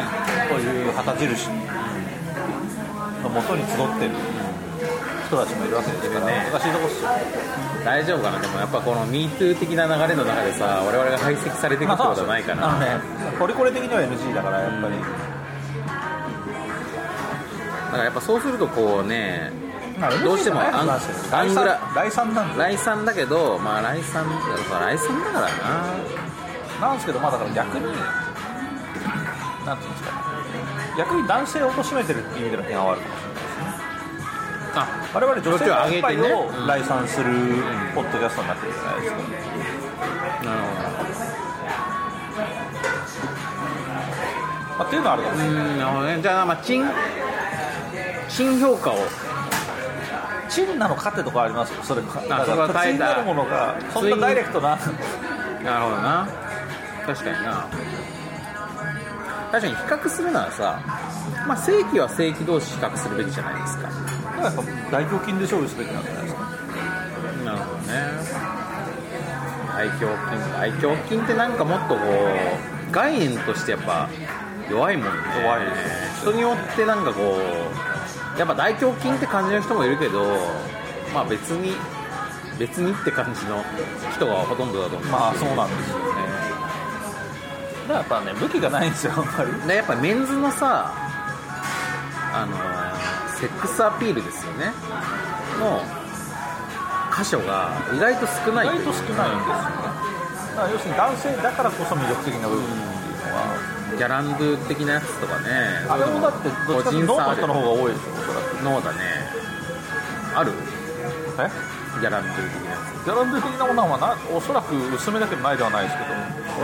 という旗印の元に集ってる人たちもいるわけですからね難しいとこっすよ大丈夫かなでもやっぱこの MeToo 的な流れの中でさ我々が排斥されていくってことはないかなあのねコリコリ的には NG だからやっぱり、だからやっぱそうするとこうねまあ NG どうしてもじゃないアン話ですよアングラ来産なんで来産だけどまあ来産そう来産だからななんですけどまあだから逆になんていうんですかね逆に男性を貶めてるっていう意味での変はあるかもしれないあ我々女性のおっぱい女性をを上げてねうん来産するポッドキャストになってるじゃないですか、なるほどまあ、っていうのはあるかもしれないうんなるほどねじゃあまあ賃賃評価をチンなのかってとこありますよそれもだそかれはら耐チえンたなるものがそんなダイレクトななるほどな確かにな確かに比較するならさ、まあ、正規は正規同士比較するべきじゃないですかなんか大胸筋で勝負すべきなんじゃないですかなるほどね愛嬌筋愛嬌筋ってなんかもっとこう概念としてやっぱ弱いもんね弱いです人によってなんかこうやっぱ大胸筋って感じの人もいるけどまあ別に別にって感じの人がほとんどだと思うまあそうなんですよねだからやっぱね武器がないんですよあんまりでやっぱメンズのさあのーセックスアピールですよねの箇所が意外と少ない意外と少ないんですよねだから要するに男性だからこそ魅力的な部分っていうのはギャランドゥ的なやつとかねあれもだってどっちかっていう個人とノ差ーのある人の方が多いですよノーだねあるおそらくギャランドゥ的なやギャランドゥ的なものはなおそらく薄めだけどないではないですけど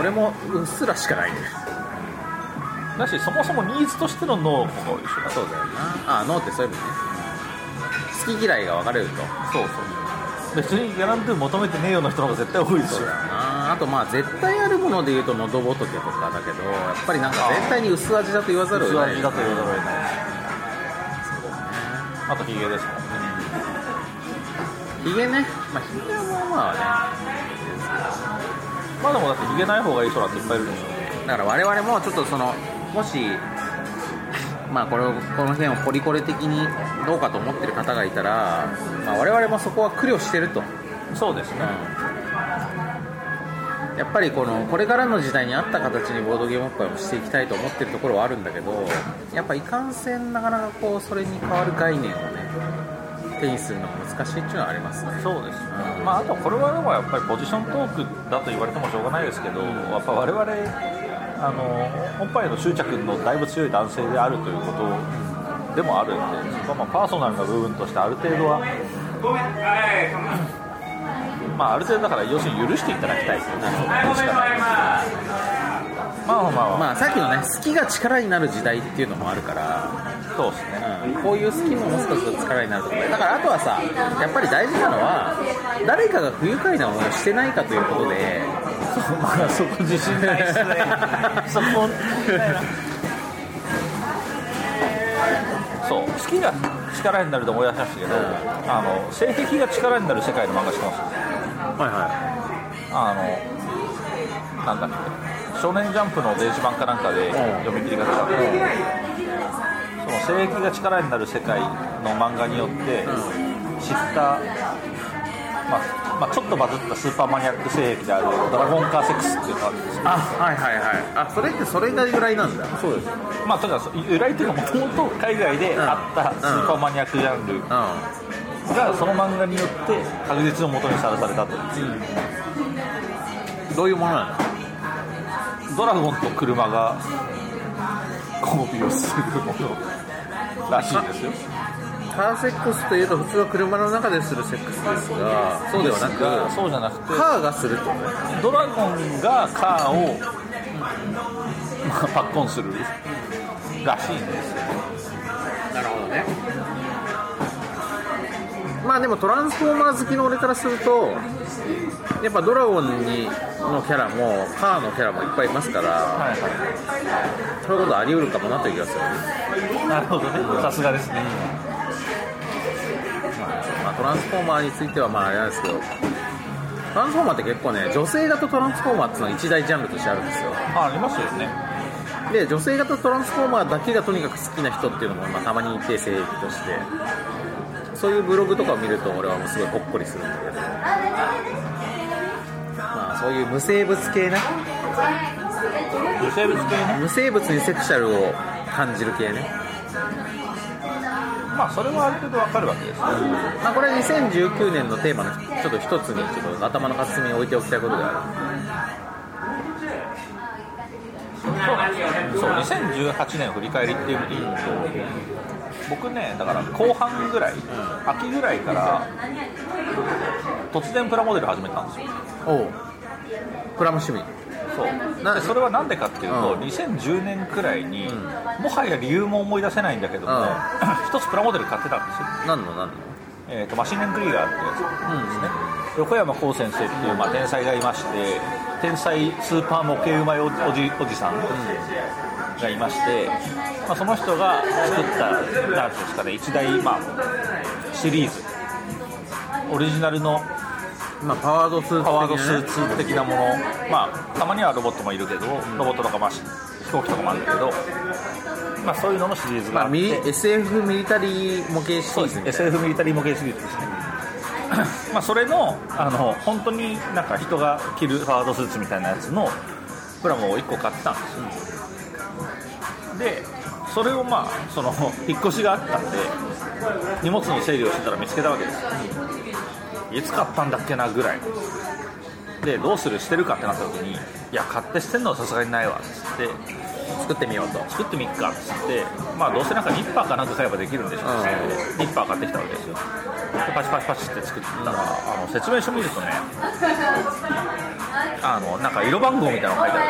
つ俺もうっすらしかないねだしそもそもニーズとしての脳の方が多いでしょそうだよなあノーってそういう意味ね好き嫌いが分かれるとそうそう別にギャランドゥ求めてねえような人の方が絶対多いですよあーあとまあ絶対あるもので言うと喉仏とかだけどやっぱりなんか絶対に薄味だと言わざるを得薄ない味だと言わざるを得ないあとヒゲですもヒんねゲね、まあ、ヒゲもまあまあでもだってヒゲない方がいい人なんていっぱいいるでしね、だから我々もちょっとその、もし、まあこれをこの辺をポリコレ的にどうかと思ってる方がいたら、まあ、我々もそこは苦慮してるとそうですね、やっぱりこのこれからの時代に合った形にボードゲーム会をしていきたいと思ってるところはあるんだけどやっぱいかんせんなかなかこうそれに変わる概念をね手にするのが難しいっていうのはありますねそうですね、まあ、あとこれはでもやっぱりポジショントークだと言われてもしょうがないですけど、やっぱ我々あの、おっぱいの執着のだいぶ強い男性であるということでもあるんで、そこはまあパーソナルな部分としてある程度は、まあ、ある程度だから、要するに許していただきたいということしかないですまあまあまあ、まあさっきのね好きが力になる時代っていうのもあるから、そうですね。うん、こういう好きももしかすると力になると思うだからあとはさやっぱり大事なのは誰かが不愉快な思いをしてないかということでまあ、そこ自信ないっ すね そこそう好きが力になると思い出しましたけど、あの性癖が力になる世界の漫画知ってますはいはあのなんだっけ少年ジャンプの電子版かなんかで読み切りが出たんで、その性癖が力になる世界の漫画によって知った、まあまあ、ちょっとバズったスーパーマニアック性癖であるドラゴンカーセックスっていうのがあるんですけどあはいはいはいあそれってそれが由来なんだそうですまあただそ由来というかもともと海外であったスーパーマニアックジャンルうんがその漫画によって確実のもとにさらされたとどういうものなドラゴンと車が交尾をするものらしいですよのカーセックスというと普通は車の中でするセックスですがそうではなですがくそうじゃなくてカーがするとドラゴンがカーを、まあ、パッコンするらしいんですよなるほどねまあでもトランスフォーマー好きの俺からするとやっぱドラゴンにのキャラもカーのキャラもいっぱいいますからはいはそういうことあり得るかもなという気がする、いなるほどねさすがですねまあ、トランスフォーマーについてはまああれなんですけどトランスフォーマーって結構ね女性型トランスフォーマーっていうのは一大ジャンルとしてあるんですよあありますよねで女性型トランスフォーマーだけがとにかく好きな人っていうのも、まあ、たまにいて性癖としてそういうブログとかを見ると俺はもうすごいほっこりするんだけどまあそういう無生物系ね無生物系ね無生物にセクシャルを感じる系ねまあそれはある程度わかるわけですよまあこれは2019年のテーマのちょっと一つにちょっと頭の片隅に置いておきたいことであそう2018年を振り返りっていう意味で言うと僕ねだから後半ぐらい、秋ぐらいから突然プラモデル始めたんですよるおうプラム趣味そうなでそれは何でかっていうと、うん2010年くらいに、もはや理由も思い出せないんだけども、うん 一つプラモデル買ってたんですよ何の何のえー、とマシンガンクリーガーってやつですね、横山光先生っていう、まあ、天才がいまして天才スーパー模型うまいおじおじさんがいまして、まあ、その人が作ったなんていうんですかね一大、まあ、シリーズオリジナルのまあパワードスーツ的なねパワードスーツ的なもの、まあ、たまにはロボットもいるけどロボットとか、まあ、飛行機とかもあるんだけど、まあ、そういうののシリーズがまああ、っミて、リ SF ミリタリー模型シリそうーですズねみたいな SF ミリタリー模型シリーズですねまあそれのあの本当になんか人が着るファードスーツみたいなやつのプラモを1個買ってたんですよ、でそれをまあその引っ越しがあったんで荷物の整理をしてたら見つけたわけですよ、いつ買ったんだっけなぐらいでどうする捨てるかってなった時にいや買って捨てるのはさすがにないわっつって作ってみようと作ってみっかっつって、まあ、どうせなんかニッパーかなんか買えばできるんでしょうっつって、ニッパー買ってきたわけですよでパチパチパチって作ったらあの説明書見るとねあのなんか色番号みたいなの書いてあ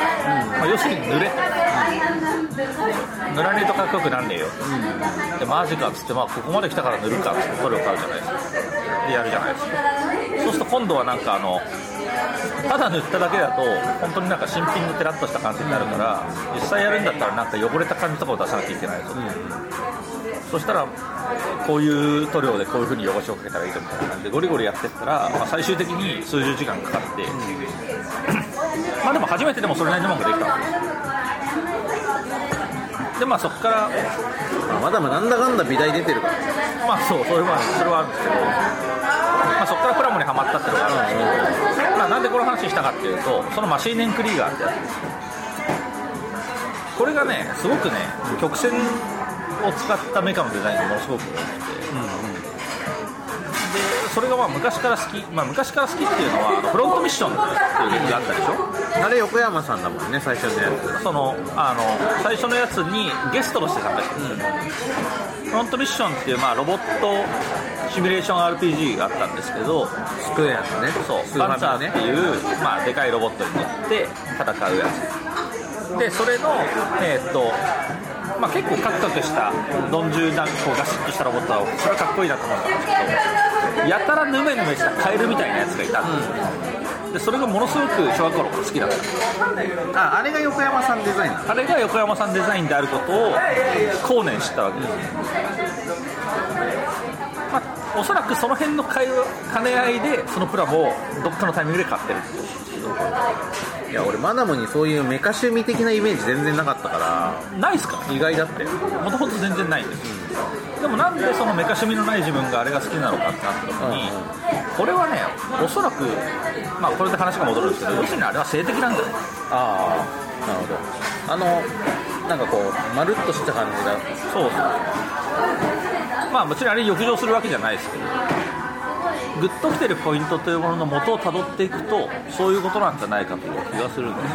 る、まあ、要するに濡れ、塗らねえとかっこよくなんねえよ、でマジかっつって、まあ、ここまで来たから塗るかっつって塗料買うじゃないですかでやるじゃないですかそうすると今度はなんかあのただ塗っただけだと本当になんか新品のテラッとした感じになるから実際やるんだったらなんか汚れた感じとかを出さなきゃいけないと、そしたらこういう塗料でこういう風に汚しをかけたらいいとみたいな感じでゴリゴリやってったら、まあ、最終的に数十時間かかって、まあでも初めてでもそれなりのものができたんですよでまあそこからまあまだまだなんだかんだ美大出てるからまあそうそれはそれはあるんですけど、まあ、そこからコラムにはまったっていうのがあるんですけど、まあ、なんでこの話したかっていうとそのマシーネンクリーガーってやつこれがねすごくね曲線を使ったメカのデザインがものすごく多くて、でそれがまあ昔から好き、まあ、昔から好きっていうのはあのフロントミッションっていう曲があったでしょあれ横山さんだもんね最初のやつそのあの最初のやつにゲストとして参加してるんですよフロントミッションっていう、まあ、ロボットシミュレーション RPG があったんですけどスクエアのねそうスーパパンツァーーってねいう、まあ、でかいロボットに乗って戦うやつでそれのえーっとまあ、結構カクカクしたどんじゅうなこうガシッとしたロボットをそれはかっこいいなと思ったんですけどやたらヌメヌメしたカエルみたいなやつがいたんですよ、でそれがものすごく小学校の頃好きだったああれが横山さんデザインなのあれが横山さんデザインであることを後年知ったわけです、まあ、おそらくその辺の会話兼ね合いでそのプラモをどっかのタイミングで買ってるいや俺マダムにそういうメカ趣味的なイメージ全然なかったかないっすから意外だったよもともと全然ないんです、でもなんでそのメカ趣味のない自分があれが好きなのかってなった時に、これはねおそらくまあこれで話が戻るんですけど要するにあれは性的なんだよああなるほどあのなんかこうまるっとした感じがそうそうまあもちろんあれ浴場するわけじゃないですけどグッときてるポイントというものの元をたどっていくとそういうことなんじゃないかという気がするんですよ、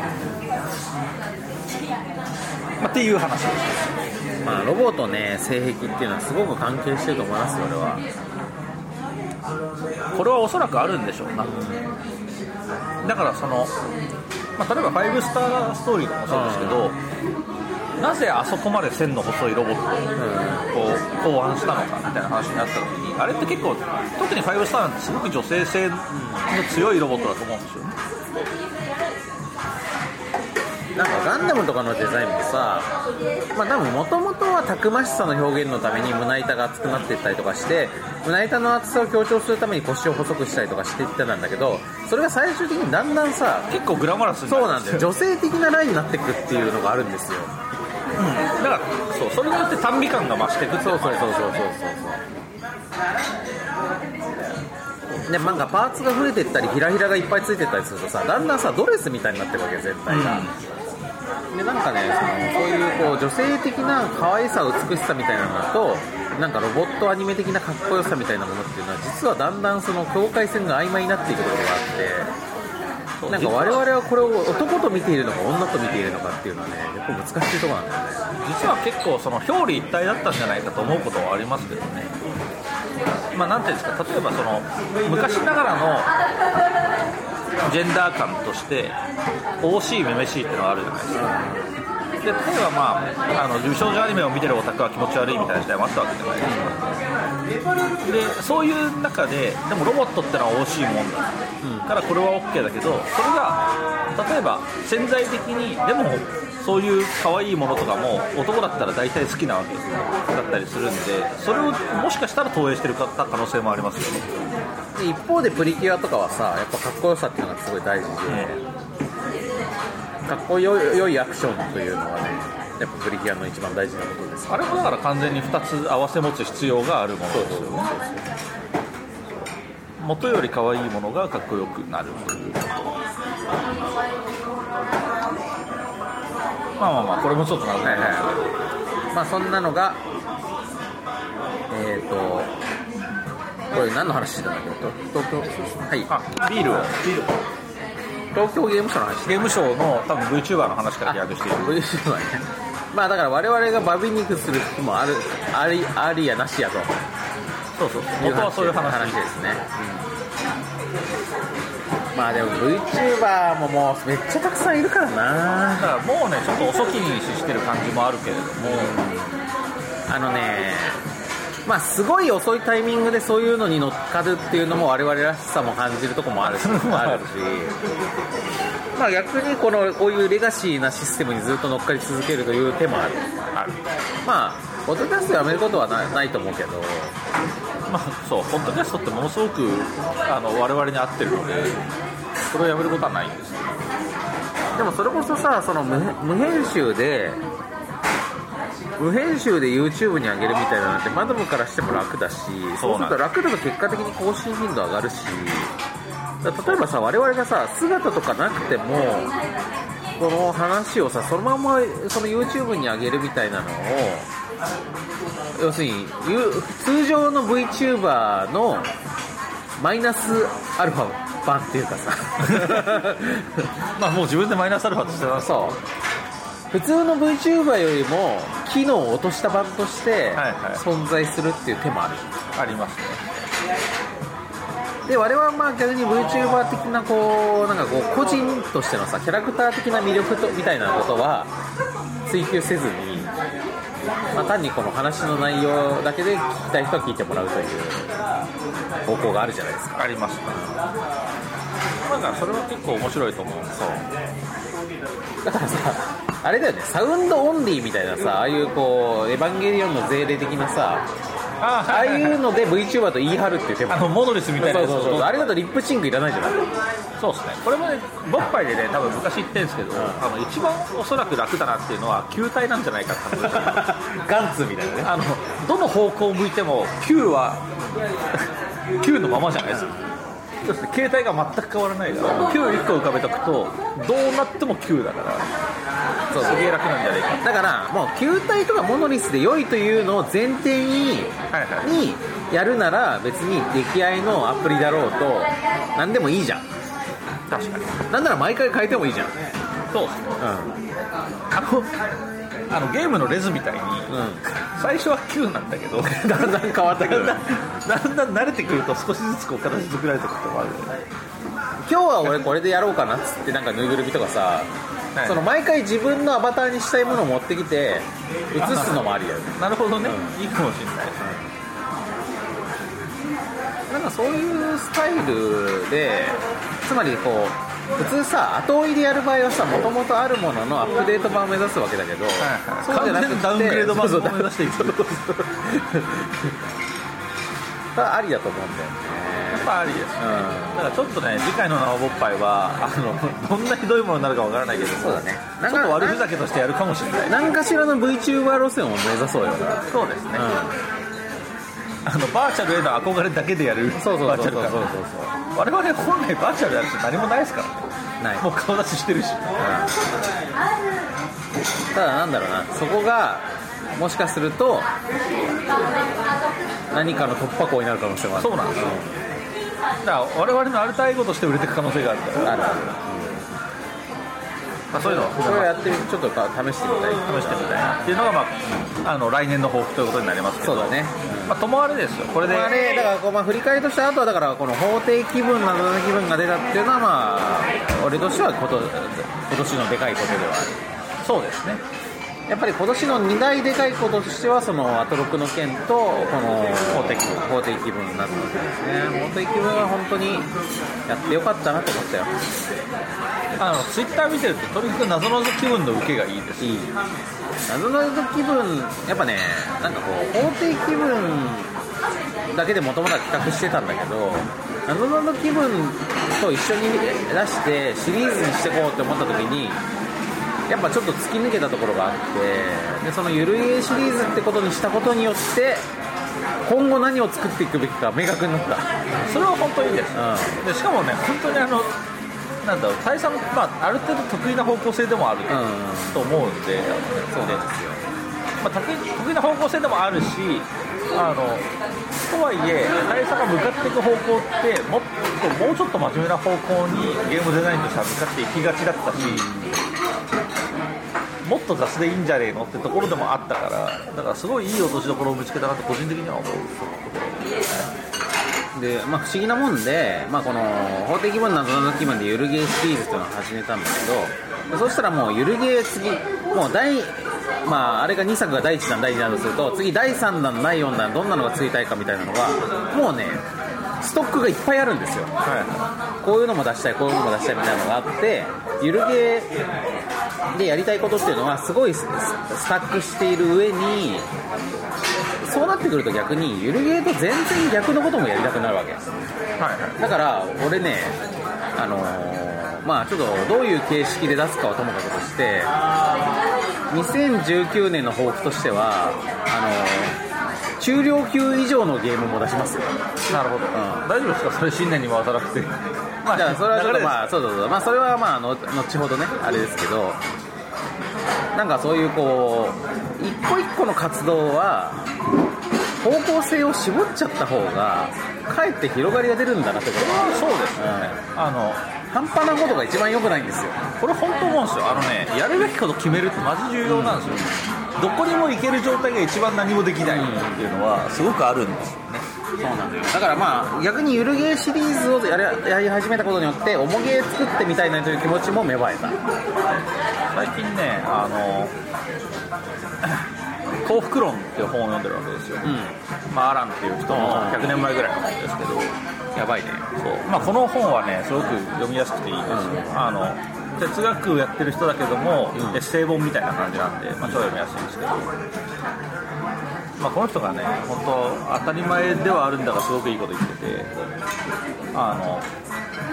まあっていう話ですまあロボとね性癖っていうのはすごく関係してると思いますよ俺はこれはおそらくあるんでしょうなだからその、まあ、例えば「ファイブスターストーリー」とかもそうですけど、なぜあそこまで線の細いロボットをこう考案したのかみたいな話になった時にあれって結構特に「ファイブスター」なんてすごく女性性の強いロボットだと思うんですよねなんかガンダムとかのデザインもさまあ多分もともとはたくましさの表現のために胸板が厚くなっていったりとかして胸板の厚さを強調するために腰を細くしたりとかしていってたんだけどそれが最終的にだんだんさ結構グラマラスにそうななるんだよ女性的なラインになってくっていうのがあるんですよだからそうそれによって賛美感が増していくっていうそうそのうがそうそうそうそうでなんかパーツが増えてったりひらひらがいっぱいついてったりするとさだんだんさドレスみたいになってるわけよ全体が、でなんかねそのそういうこう女性的な可愛さ美しさみたいなのとなんかロボットアニメ的なかっこよさみたいなものっていうのは実はだんだんその境界線が曖昧になっていくことがあってなんか我々はこれを男と見ているのか女と見ているのかっていうのはね結構難しいところなんだよね実は結構その表裏一体だったんじゃないかと思うことはありますけどね、まあ、なんていうんですか例えばその昔ながらのジェンダー感として惜しいめめしいっていうのがあるじゃないですかで例えば、まあ、あの美少女アニメを見てるオタクは気持ち悪いみたいな時代もあったわけじゃないですかでそういう中ででもロボットってのは惜しいもんだ、からこれは OK だけどそれが例えば潜在的にでもそういう可愛いものとかも男だったら大体好きなわけだったりするんでそれをもしかしたら投影してる方可能性もありますよでね一方でプリキュアとかはさやっぱかっこよさっていうのがすごい大事で、かっこよ良いアクションというのはねやっぱプリキュアの一番大事なことですあれもだから完全に2つ合わせ持つ必要があるものですよね元より可愛いものがかっこよくなるというまあまあまあこれもちょっとなるはいはいまあそんなのがえっ、ー、とこれ何の話だっけと東京はいあビールを東京ゲームショウの話ゲームショーの多分 VTuber の話から飛躍しているそういうのはねまあだから我々がバビ肉する日もあるありありやなしやとそうそう元はそういう話話ですね、まあでも VTuber ももうめっちゃたくさんいるからなだからもうねちょっと遅きに失してる感じもあるけれどもあのねまあすごい遅いタイミングでそういうのに乗っかるっていうのも我々らしさも感じるとこもあるしあるしまあ逆にこのこういうレガシーなシステムにずっと乗っかり続けるという手もあるあるまあポッドキャストやめることはなないと思うけどまあそうポッドキャストってものすごくあの我々に合ってるのでそれをやめることはないんですでもそれこそさその無無編集で無編集で YouTube に上げるみたいなのってマダムからしても楽だしそうすると楽だと結果的に更新頻度上がるしだから例えばさ我々がさ姿とかなくてもこの話をさそのままその YouTube に上げるみたいなのを要するにゆ通常の VTuber のマイナスアルファ版っていうかさまあもう自分でマイナスアルファとしてますそう普通の VTuber よりも機能を落とした版としてはいはい存在するっていう手もある、ありますねで我々はまあ逆に VTuber 的なこうなんかこう個人としてのさキャラクター的な魅力とみたいなことは追求せずに、まあ、単にこの話の内容だけで聞きたい人は聞いてもらうという方向があるじゃないですかありますねなんかそれは結構面白いと思うそうだからさあれだよねサウンドオンリーみたいなさああいうこう「エヴァンゲリオン」の税礼的なさあああはいいはいはいうので VTuber と言い張るっていう手もあのモドリスみたいなやそうつそうそうあれだとリップシンクいらないじゃないそうですねこれもねボッパイでね多分昔言ってるんですけど、あの一番おそらく楽だなっていうのは球体なんじゃないかって話ガンツみたいなねあのどの方向を向いても球は球のままじゃないですかそして携帯が全く変わらないから球1個浮かべとくとどうなっても球だからそうすげえ楽なんじゃないかだからもう球体とかモノリスで良いというのを前提に,、はいはにやるなら別に出来合いのアプリだろうと何でもいいじゃん確かになんなら毎回変えてもいいじゃん、うそうですねんあのあのゲームのレズみたいにう最初は球なんだけどん、だんだん変わってくるだんだん慣れてくると少しずつこう形作られてくるとこある今日は俺これでやろうかなっつってなんかぬいぐるみとかさ、はいその毎回自分のアバターにしたいものを持ってきて映すのもありだよねなるほどね、いいかもしれない、なんかそういうスタイルでつまりこう普通さ後追いでやる場合はさもともとあるもののアップデート版を目指すわけだけど、はいそうじゃなくて完全ダウングレード版をそうそう目指していくそうそうそうだからありだと思うんだよねやっぱありですね、うだからちょっとね次回の「生ぼっぱいは」あのどんなひどいものになるかわからないけどそうだねちょっと悪ふざけとしてやるかもしれない何かしらの VTuber 路線を目指そうよ、そうですね、あのバーチャルへの憧れだけでやるそうそうバーそうチそャうルそう感そう我々本来バーチャルやる人何もないですからねないもう顔出ししてるしただなんだろうなそこがもしかすると何かの突破口になる可能性もあるそうなんですよだから我々のアルタイゴとして売れていく可能性があるから、あるあるまあ、そういうのはそれをやってみちょっとか試してみたい試してみたいなっていうのが、まあ、あの来年の抱負ということになりますけそどうだねまあ、ともあれですよこれで、まあねだからこう、まあ、振り返りとしてあとはだからこの法廷気分などの気分が出たっていうのはまあ俺としてはこと今年のでかいことではあそうですねるやっぱり今年の2大でかいこととしてはそのアトロクの件とこの法的法廷気分などの件ですね法廷気分は本当にやってよかったなと思ったよあのツイッター見てるととにかく謎の気分の受けがいいですいい謎の気分やっぱねなんかこう法廷気分だけでもともとは企画してたんだけど謎の気分と一緒に出してシリーズにしてこうって思った時にやっぱちょっと突き抜けたところがあってでそのゆるいシリーズってことにしたことによって今後何を作っていくべきか明確になったそれは本当にいいですうでしかもね本当にあのなんだろう大差も、まあ、ある程度得意な方向性でもあるけどん、うん、と思うんで、そうなんですよまあ、得意得意な方向性でもあるしあのとはいえ大差が向かっていく方向ってもっともうちょっと真面目な方向にゲームデザインとしては向かっていきがちだったし、もっと雑でいいんじゃねえのってところでもあったからだからすごいいい落としどころを見つけたなって個人的には思うで、まあ、不思議なもんで、まあ、この法的部分謎の気分でゆるゲーシリーズっていうのを始めたんだけどそしたらもうゆるゲー次もう第まああれが2作が第1弾第2弾とすると次第3弾第4弾どんなのがついたいかみたいなのがもうねストックがいっぱいあるんですよこういうのも出したいこういうのも出したいみたいなのがあってゆるゲーでやりたいことっていうのがすごいススタックしている上にそうなってくると逆にゆるゲーと全然逆のこともやりたくなるわけですはいはいだから俺ねあのーまあちょっとどういう形式で出すかはともかくとして2019年の抱負としてはあの中量級以上のゲームも出しますよ、なるほど、大丈夫ですかそれ新年に回さなくて まじゃあそれはちょっとまああそうそうそうまあそれはまあの後ほどねあれですけどなんかそういうこう一個一個の活動は方向性を絞っちゃった方がかえって広がりが出るんだなってことはそうです、あのうん半端なことが一番良くないんですよこれ本当思うんですよあのねやるべきこと決めるってマジ重要なんですよ、どこにも行ける状態が一番何もできないっていうのはすごくあるんですよね、だからまあ逆にゆるゲーシリーズをやりやり始めたことによって重ゲー作ってみたいなという気持ちも芽生えた最近ねあの 幸福論っていう本を読んでるわけですよ、まあ、アランっていう人の100年前ぐらいの本ですけど、やばいねそうまあ、この本はねすごく読みやすくていいですよ、あの哲学をやってる人だけども、エッセイ本みたいな感じなんで、まあ、超読みやすいんですけど、まあ、この人がね本当当たり前ではあるんだがすごくいいこと言っててあの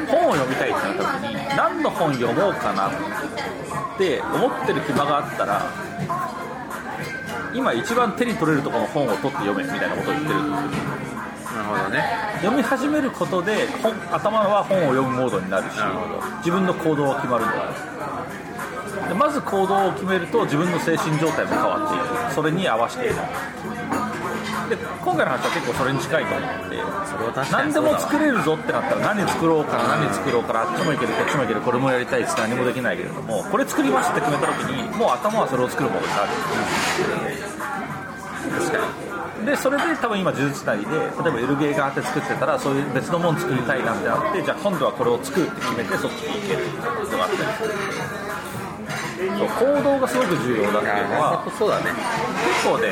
本を読みたいってなった時に何の本読もうかなって思ってる暇があったら今一番手に取れるところの本を取って読めみたいなことを言ってるんですよなるほどね読み始めることで本頭は本を読むモードになるしるほど自分の行動が決まるんだでまず行動を決めると自分の精神状態も変わっていくそれに合わせているで今回の話は結構それに近いと思ってそれは確かに何そでうだわも作れるぞってなったら何作ろうかな何作ろうかなあっちもいけるこっちもいけるこれもやりたいっつって何もできないけれどもこれ作りますって決めた時にもう頭はそれを作るものになるでそれで多分今呪術なりで例えばゆるゲーがあって作ってたらそういう別のもん作りたいなってあってじゃあ今度はこれを作るって決めてそっちに行けるっていうことがあったりするそう行動がすごく重要だっていうのはあそうだね結構ね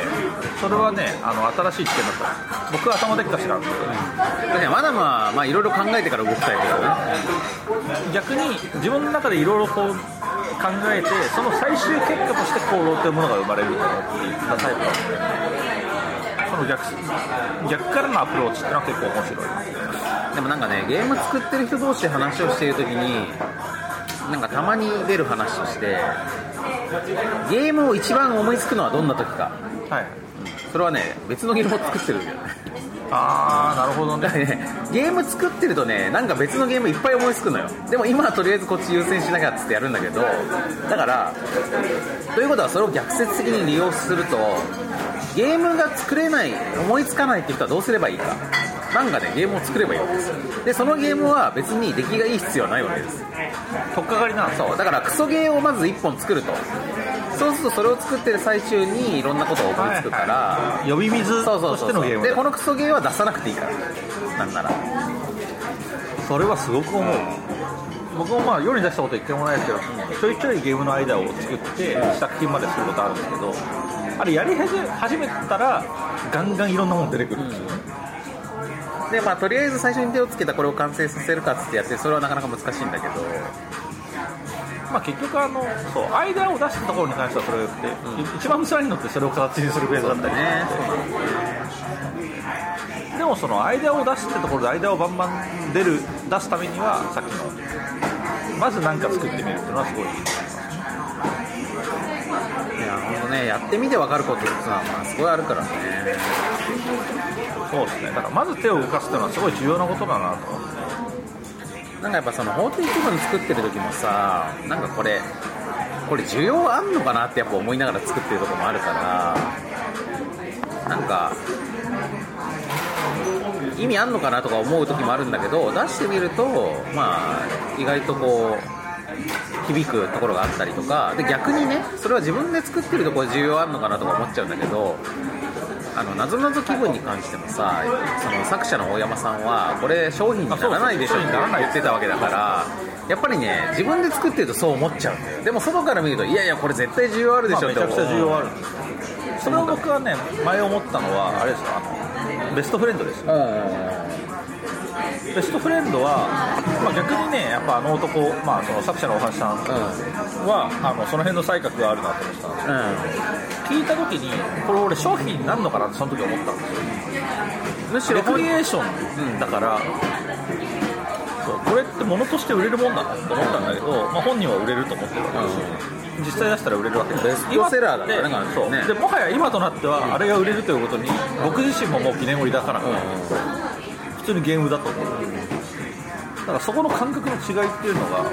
それはねあの新しい知見だった僕は頭でっかちなんで確かにマダムはまあいろいろ考えてから動くタイプだよね逆に自分の中でいろいろこう考えてその最終結果として行動というものが生まれるんだろうっていったタイプなんでその逆逆からのアプローチっていうのは結構面白いでもなんかねゲーム作ってる人同士で話をしている時になんかたまに出る話としてゲームを一番思いつくのはどんな時かはいそれはね別のゲームを作ってるんだよねああなるほどねだからね ゲーム作ってるとねなんか別のゲームいっぱい思いつくのよでも今はとりあえずこっち優先しなきゃっつってやるんだけどだからということはそれを逆説的に利用するとゲームが作れない思いつかないって人はどうすればいいかなんかねゲームを作ればいいわけですよでそのゲームは別に出来がいい必要はないわけです取っかかりなんですそうだからクソゲーをまず1本作るとそうするとそれを作ってる最中にいろんなことが思いつくから、呼び水そうそとうしそうてのそゲーうムでだこのクソゲーは出さなくていいからなんならそれはすごく思う僕もまあ世に出したこと一回もないですけどちょいちょいゲームの間を作って作品まですることあるんですけどあれやり始め始めたらガンガンいろんなもの出てくるんですよねでまあとりあえず最初に手をつけたこれを完成させるかっつってやってそれはなかなか難しいんだけどまあ結局あのそう間を出したところに関してはそれを言って一番辛いのってそれを形にするフェーズだったりねでもその間を出すってところで間をバンバン出る出すためにはさっきのまず何か作ってみるっていうのはすごいいや本当ねやってみて分かることってのはまあすごいあるからねそうですねだからまず手を動かすっていうのはすごい重要なことだなと思ってなんかやっぱその方程式文作ってる時もさなんかこれこれ需要あんのかなってやっぱ思いながら作ってるとこもあるからなんか意味あんのかなとか思う時もあるんだけど出してみるとまあ意外とこう響くところがあったりとかで逆にねそれは自分で作ってるとこ需要あんのかなとか思っちゃうんだけどあの謎々気分に関してもさその作者の大山さんはこれ商品にならないでしょって言ってたわけだからやっぱりね自分で作ってるとそう思っちゃうんだよでも外から見るといやいやこれ絶対需要あるでしょまあっめて思ちゃう、くちゃ重要あるんですよそれを僕はね前思ったのはあれですよあのベストフレンドですよベストフレンドは、まあ、逆にねやっぱあの男、まあ、その作者のお話さんは、あのその辺の才覚があるなと思ってたんですようんうんうん聞いた時にこれ俺商品になるのかなってその時思ったんですよむしろレ本クリエーションだから、嗯そうこれって物として売れるもんなのと思ったんだけど、まあ、本人は売れると思ってるわけですよ、実際出したら売れるわけですベストセラーだからね今って完全にそうねでもはや今となってはあれが売れるということに僕自身ももう疑念を抱かなくて、普通にゲームだと思うだからそこの感覚の違いっていうのが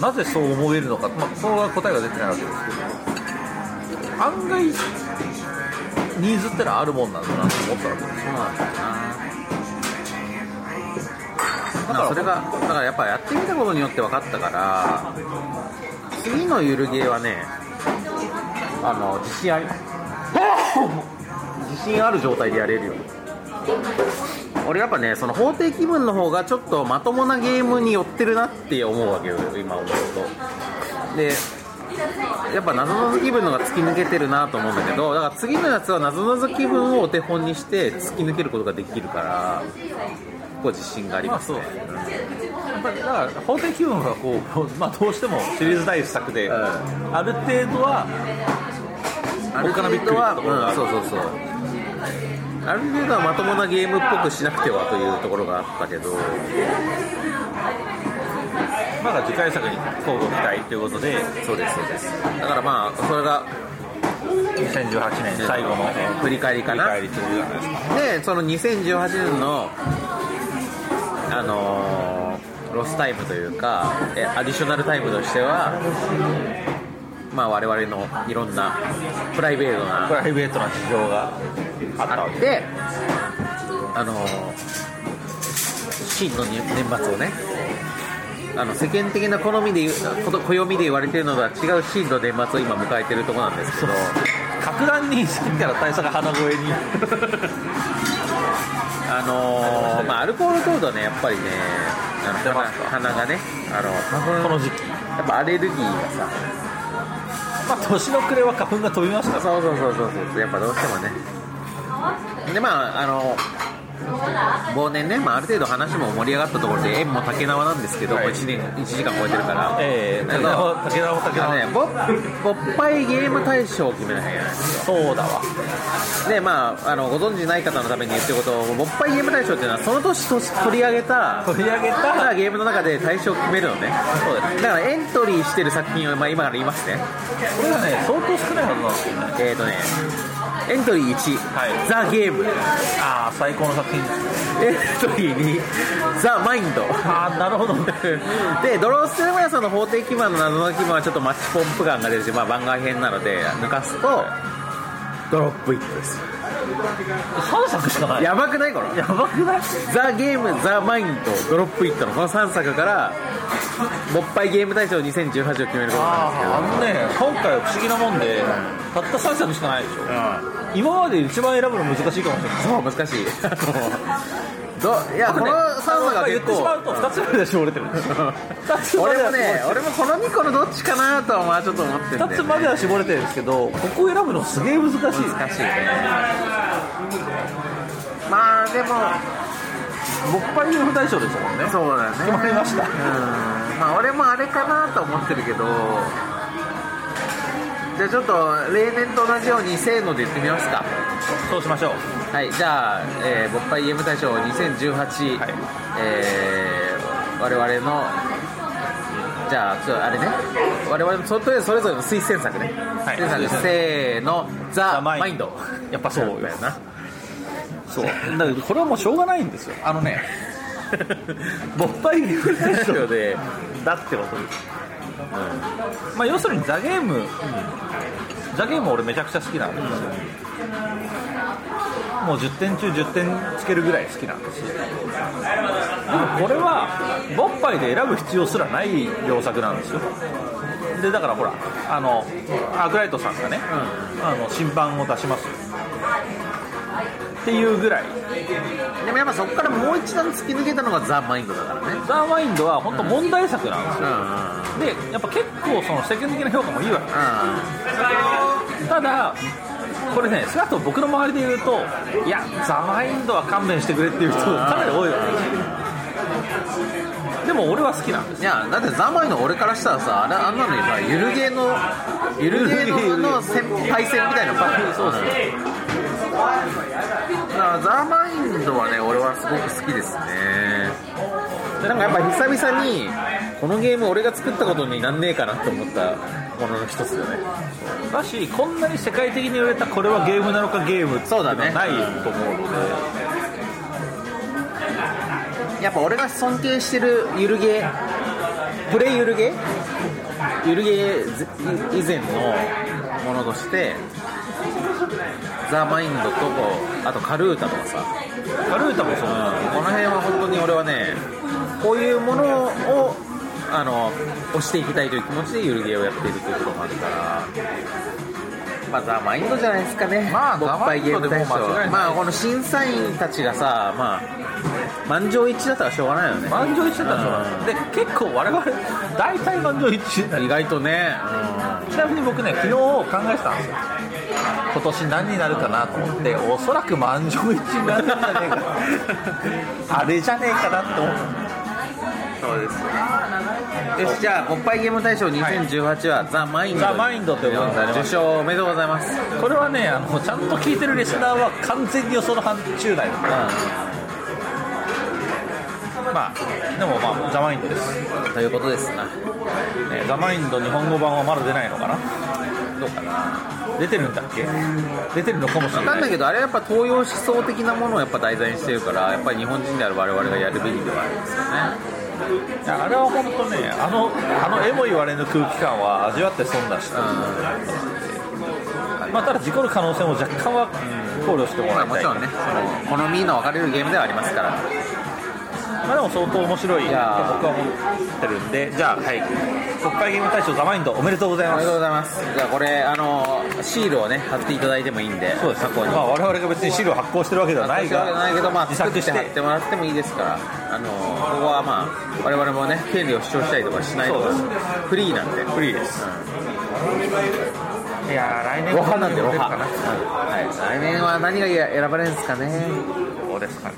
なぜそう思えるのか、まあ、ここは答えが出てないわけですけど案外ニーズってのはあるもんなんだなと思ったわけですそうなんだよなだからそれがだからやっぱやってみたことによって分かったから次のゆるゲーはねあの自信あり自信ある状態でやれるよ俺やっぱねその法定気分の方がちょっとまともなゲームに寄ってるなって思うわけよ今思うとでやっぱ謎々気分のが突き抜けてるなと思うんだけどだから次のやつは謎々気分をお手本にして突き抜けることができるからここ自信がありますね、やっぱりだから法廷気分はこう、 まあ、どうしてもシリーズ第一作で、うんある程度はある程度は、うん、そうそうそうある程度はまともなゲームっぽくしなくてはというところがあったけどまだ次回作に交互期待ということでそうですそうですだからまあそれが2018年最後の振り返りか振りな返りというじゃないですかでその2018年のあのーロスタイムというかえアディショナルタイムとしてはまあ我々のいろんなプライベートなプライベートな事情があったわけであのー真の年末をねあの世間的な好みで言うこと暦で言われてるのとは違う真の年末を今迎えてるところなんですけど格段にさっきから大佐が鼻声にあのーまあ、アルコール糖度はねやっぱりねあの出鼻ますか鼻がねあのこの時期、やっぱアレルギーがさまあ、年の暮れは花粉が飛びましたそうそうそうそうそうやっぱどうしてもねでまああの忘年ね、まあ、ある程度話も盛り上がったところで縁も竹縄なんですけど、はいもう 1, 年1時間超えてるから、ええだけ竹ど田竹田竹あの田ね、ぼぼっぱいゲーム大賞を決めなきゃいけないんですそうだわよでまああのご存知ない方のために言ってることをぼっぱいゲーム大賞っていうのはその年と取り上げた取り上げたゲームの中で大賞を決めるのねそうですだからエントリーしてる作品を、まあ、今から言いますねこれがね相当少ないはずなんですよねえー、とねエントリー1、はいザ・ゲームああ最高の作品エントリー2ザ・マインドああなるほど でドローステルマヤさんの法廷基盤の謎の基盤はちょっとマッチポンプ感が出るし、まあ、番外編なので抜かすとドロップイットです3作しかないやばくないこれやばくないザ・ゲーム、ザ・マインド、ドロップイットのこの3作から、もっぱいゲーム大賞2018を決めることなんですけど、あのね今回は不思議なもんでたった3作しかないでしょ、今まで一番選ぶの難しいかもしれないそう、難 しい。どいや、この3作が言結ってしまう構、と2つぐらいで絞れてる2つまで俺はも絞れね、俺もこの2個のどっちかなとはまあちょっと思ってるんだよ2つまでは絞れてるんですけどここを選ぶのすげえ難しい難しいね。まあでも、僕パイオフ大賞でしたもんねそうだね。決まりましたうん。まあ俺もあれかなと思ってるけど、じゃあちょっと例年と同じようにせーので言ってみますか。そうしましょうはい、じゃあ、えー、勃発 EM 大賞2018、はいえー我々の、じゃあ、ちょあれね、我々のそれそれぞれの推薦作ね、はい推薦作、せーの、ザ・ザママイインンド、やっぱそうよだよ な、そうだけどこれはもうしょうがないんですよあのね勃発ゲーム大賞で、だってことです、まあ要するにザ・ゲーム、ザ・ゲーム俺めちゃくちゃ好きなんですよ、もう10点中10点つけるぐらい好きなんですよでもこれはボッパイで選ぶ必要すらない良作なんですよでだからほらあのアークライトさんがね、あの新版を出しますよっていうぐらいでもやっぱそこからもう一段突き抜けたのがザ・マインドだからね、ザ・ワインドは本当問題作なんですうよ、ん、でやっぱ結構その世間的な評価もいいわけただこれね少なくとも僕の周りで言うといやザ・マインドは勘弁してくれっていう人かなり多いわけでも俺は好きなんですいや、だってザ・マインド、俺からしたらさ、あれあんなのにさ、ゆるゲーの、ゆるゲーのの先輩戦みたいなばっかりそうですね。だからザ・マインドはね、俺はすごく好きですね。なんかやっぱ久々にこのゲーム俺が作ったことになんねえかなって思ったものの一つだねだしこんなに世界的に売れたこれはゲームなのかゲームっていうのそうだはねないと思うのでやっぱ俺が尊敬してるゆるゲープレイゆるゲーゆるゲーぜ以前のものとしてザ・マインドとあとカルータとかさカルータもそうだこの辺は本当に俺はねこういうものをあの押していきたいという気持ちでゆるゲーをやっているというところもあるからまあザ・マインドじゃないですかねまあ勃発ゲーム大賞ザマインドでも間違いないまあこの審査員たちがさまあ満場一致だったらしょうがないよね満場一致だったらそうだで結構我々大体満場一致意外とね、ちなみに僕ね昨日考えてたんですよ今年何になるかなと思っておそらく満場一致になるんじゃねえかなあれじゃねえかなって思ったそうですよしじゃあおっぱいゲーム大賞2018は、ザ・マインドザマインドということになりました受賞おめでとうございます、うんこれはねあのちゃんと聞いてるリスナーは完全に予想の範疇内だったまあでもまあザ・マインドです、ということですなね、ザ・マインド日本語版はまだ出ないのかなどうかな出てるんだっけ出てるのかもしれなんなだいけどあれはやっぱ東洋思想的なものをやっぱ題材にしてるからやっぱり日本人である我々がやるべきではありますよねいやあれは本当ねあのあのエモいわれぬ空気感は味わって損だし、まあ、ただ事故る可能性も若干は考慮してもまらあいもたちいろんねその好みの分かれるゲームではありますからまあ、でも相当面白いと僕やーは思ってるんでじゃあはい国会ゲーム大賞ザ・マインドおめでとうございおまめですとうございますじゃあこれあのシールをね貼っていただいてもいいんでそうです過去にまあ、我々が別に資料発行してるわけではない私はがないけど、まあ、自作作っしてて貼ってもらってもいいですから、あのここはまあ、我々もね、権利を主張したりとかしないとそうです、フリーなんで、フリーです、いやー来年ロハなんで、ロハ、かなはい、来年は何が選ばれるんですかね、そうですかね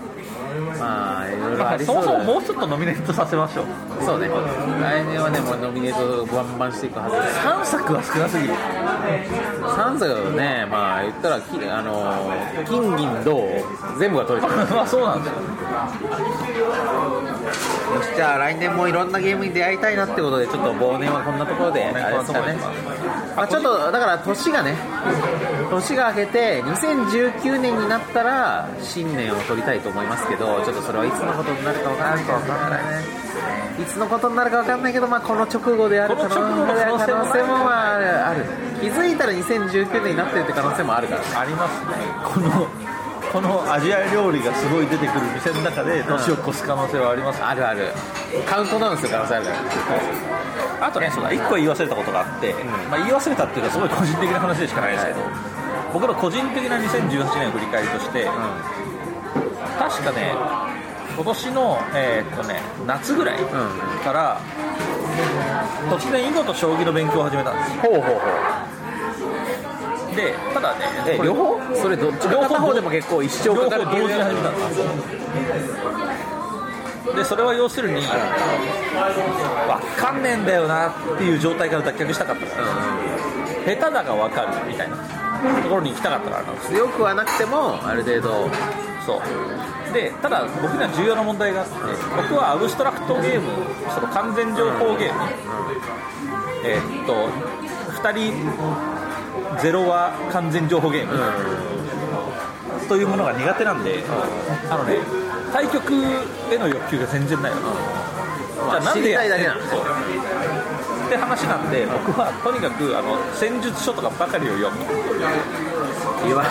まあ、いろいろまあありそそうもそもだねもうちょっとノミネートさせましょうそうね、来年はね、もうノミネートバンバンしていくはずです、 3作は少なすぎる3作だとね、まあ、言ったら、きあの金、銀、銅、全部が取れちゃう。 まあそうなんですよよしじゃあ来年もいろんなゲームに出会いたいなってことでちょっと忘年はこんなところであれですかねまあちょっとだから年がね年が明けて2019年になったら新年を取りたいと思いますけどちょっとそれはいつのことになるか分からないからねいつのことになるか分かんないけど、まあ、この直後である可能この直後の可能性も可能性もまあある気づいたら2019年になってるって可能性もあるからねありますねこのこのアジア料理がすごい出てくる店の中で年を越す可能性はあります、あるあるカウントダウンする可能性あるからあとねそうだ1個言い忘れたことがあって、まあ、言い忘れたっていうかすごい個人的な話でしかないですけど、僕の個人的な2018年振り返りとして、確かね今年の、えーっとね、夏ぐらいから、突然囲碁と将棋の勉強を始めたんでほすうほうほうでただねえこれ両方それどっち両方片方でも結構一生両方か同かる時に始めたんですでそれは要するにわかんねえんだよなっていう状態から脱却したかったから、下手だがわかるみたいなところに行きたかったからなんです強くはなくてもある程度そうでただ僕には重要な問題があって僕はアブストラクトゲームその完全情報ゲーム、えーっと2人ゼロは完全情報ゲーム、というものが苦手なんで、あのね対局への欲求が全然ないの、じゃあなんでやって知りたいだんけなのそうって話なんで僕はとにかくあの戦術書とかばかりを読むい わ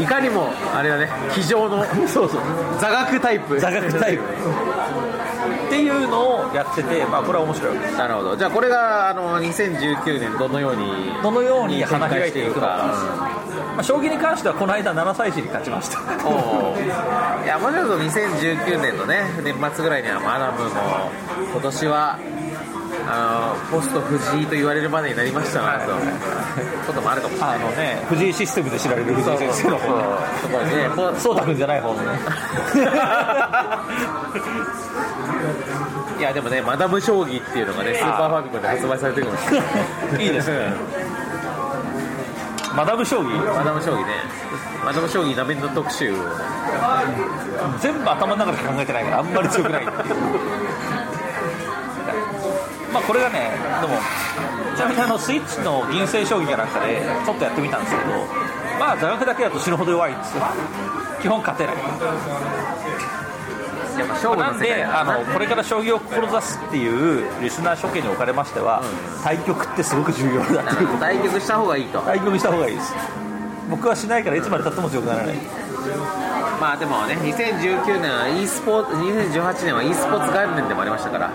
いかにもあれだね非常のそうそう座学タイプ座学タイプっていうのをやってて、まあ、これは面白いなるほどじゃあこれがあの2019年どのようにどのように展花開開いしてていいくくかのか、まあ、将棋に関してはこの間7歳児に勝ちましたおおいやもうちょっと2019年のね年末ぐらいにはマダムも今年はあのポスト藤井と言われるまでになりましたなと、こともあるかもしれないあのね 藤井システムで知られる藤井先生の方ねところでポそうたくんじゃない方 のねいやでもねマダム将棋っていう のがねスーパーファミコンで発売されてるかもしれないいいですね学ぶ将棋マダム将棋ねマダム将棋ナベンド特集を全部頭の中で考えてないからあんまり強くないっていうまあこれがねでもちなみにあのスイッチの銀星将棋かなんかでちょっとやってみたんですけどまあ座学だけだと死ぬほど弱いんですよ基本勝てないやっぱ勝負なの世ん界でだあのこれから将棋を志すっていうリスナー諸見におかれましては、対局ってすごく重要だっていうこと対局した方がいいと対局した方がいいです僕はしないからいつまでたっても強くならないまあでもね2019年は e スポーツ2018年は e スポーツ元年でもありましたから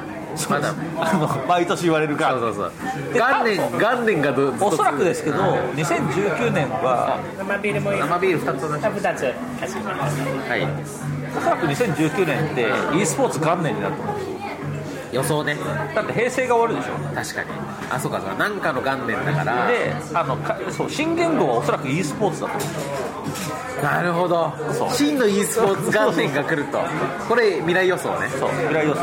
まだあの毎年言われるからそうそうそうで元年元年がどずっとおそらくですけど、2019年は、生ビールもいい生ビール2つ同じ2つかしこまりましはいおそらく2019年って、e スポーツ元年になると思うんですよ。予想ねだって平成が終わるでしょ。確かにあそうかそうかなんかの元年だからで、あのかそう新元号はおそらく e スポーツだと思う。なるほどそう真の e スポーツ元年が来るとこれ未来予想ねそう、未来予想。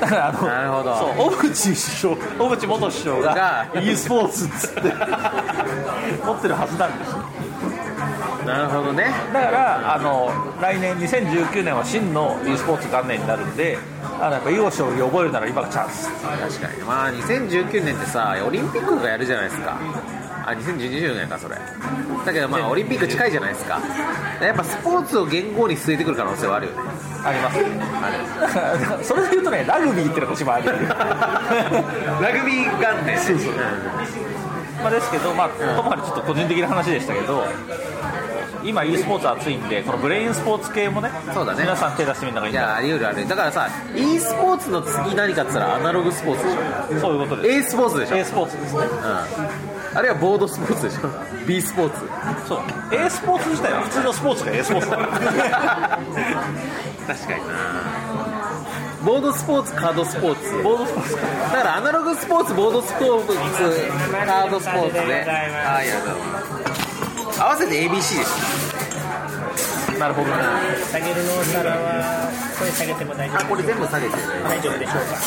だからあの、なるほどそう、小渕首相、小渕元首相がが e スポーツっつ って持ってるはずなんですよ。なるほどねだからあの来年2019年は真の e スポーツ元年になるんで、あのやっぱ囲碁将棋覚えるなら今がチャンス。確かにまあ2019年ってさオリンピックがやるじゃないですかあ2020年かそれだけどまあオリンピック近いじゃないですかやっぱスポーツを言語に据えてくる可能性はあるよねありますねあれそれで言うとねラグビーってのが一番ありラグビー元年そうそう、まあですけどまあともかくちょっと個人的な話でしたけど今 e スポーツ熱いんでこのブレインスポーツ系もねそうだね皆さん手出してみた方がいいんいじやゃあり得るあり得るだからさ e スポーツの次何かっつったらアナログスポーツでしないそういうことょで A スポーツでしすょ、 A スポーツですねうん、あるいはボードスポーツでしょ B スポーツそう A スポーツ自体は普通のスポーツが A スポーツ だから確かになボードスポーツカードスポーツボードスポーツだからアナログスポーツボードスポーツカードスポーツねはいありがとうございます合わせて ABC ですなるほどねた下げるのお皿はこれ下げても大丈あこれ全部下げてる夫大丈夫でしょうか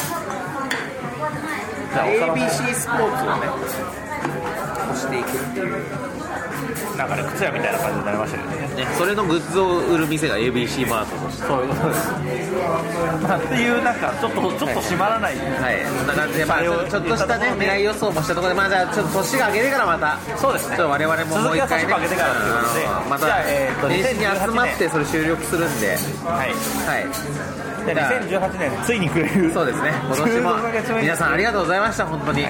じゃあお皿 ABC スポーツをね押していくっていうなんかね靴屋みたいな感じになりましたけどねねそれのグッズを売る店が ABC マートとしてそういうことですなんていうなんかちょっとちょっと締まらないはいそんな感じでまあちょちょっとしたね未来予想もしたところでまあじゃあちょっと年が明けてからまたそうですねちょっと我々ももう一回ね続きは年明けてからっていうことでうんまたじゃあえーと年始に集まってそれ収録するんでははいいでじゃあ2018年ついにくれるそうですね今年15ヶ月も目皆さんありがとうございました本当に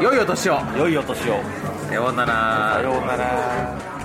良いお年を良いお年をさようならうなら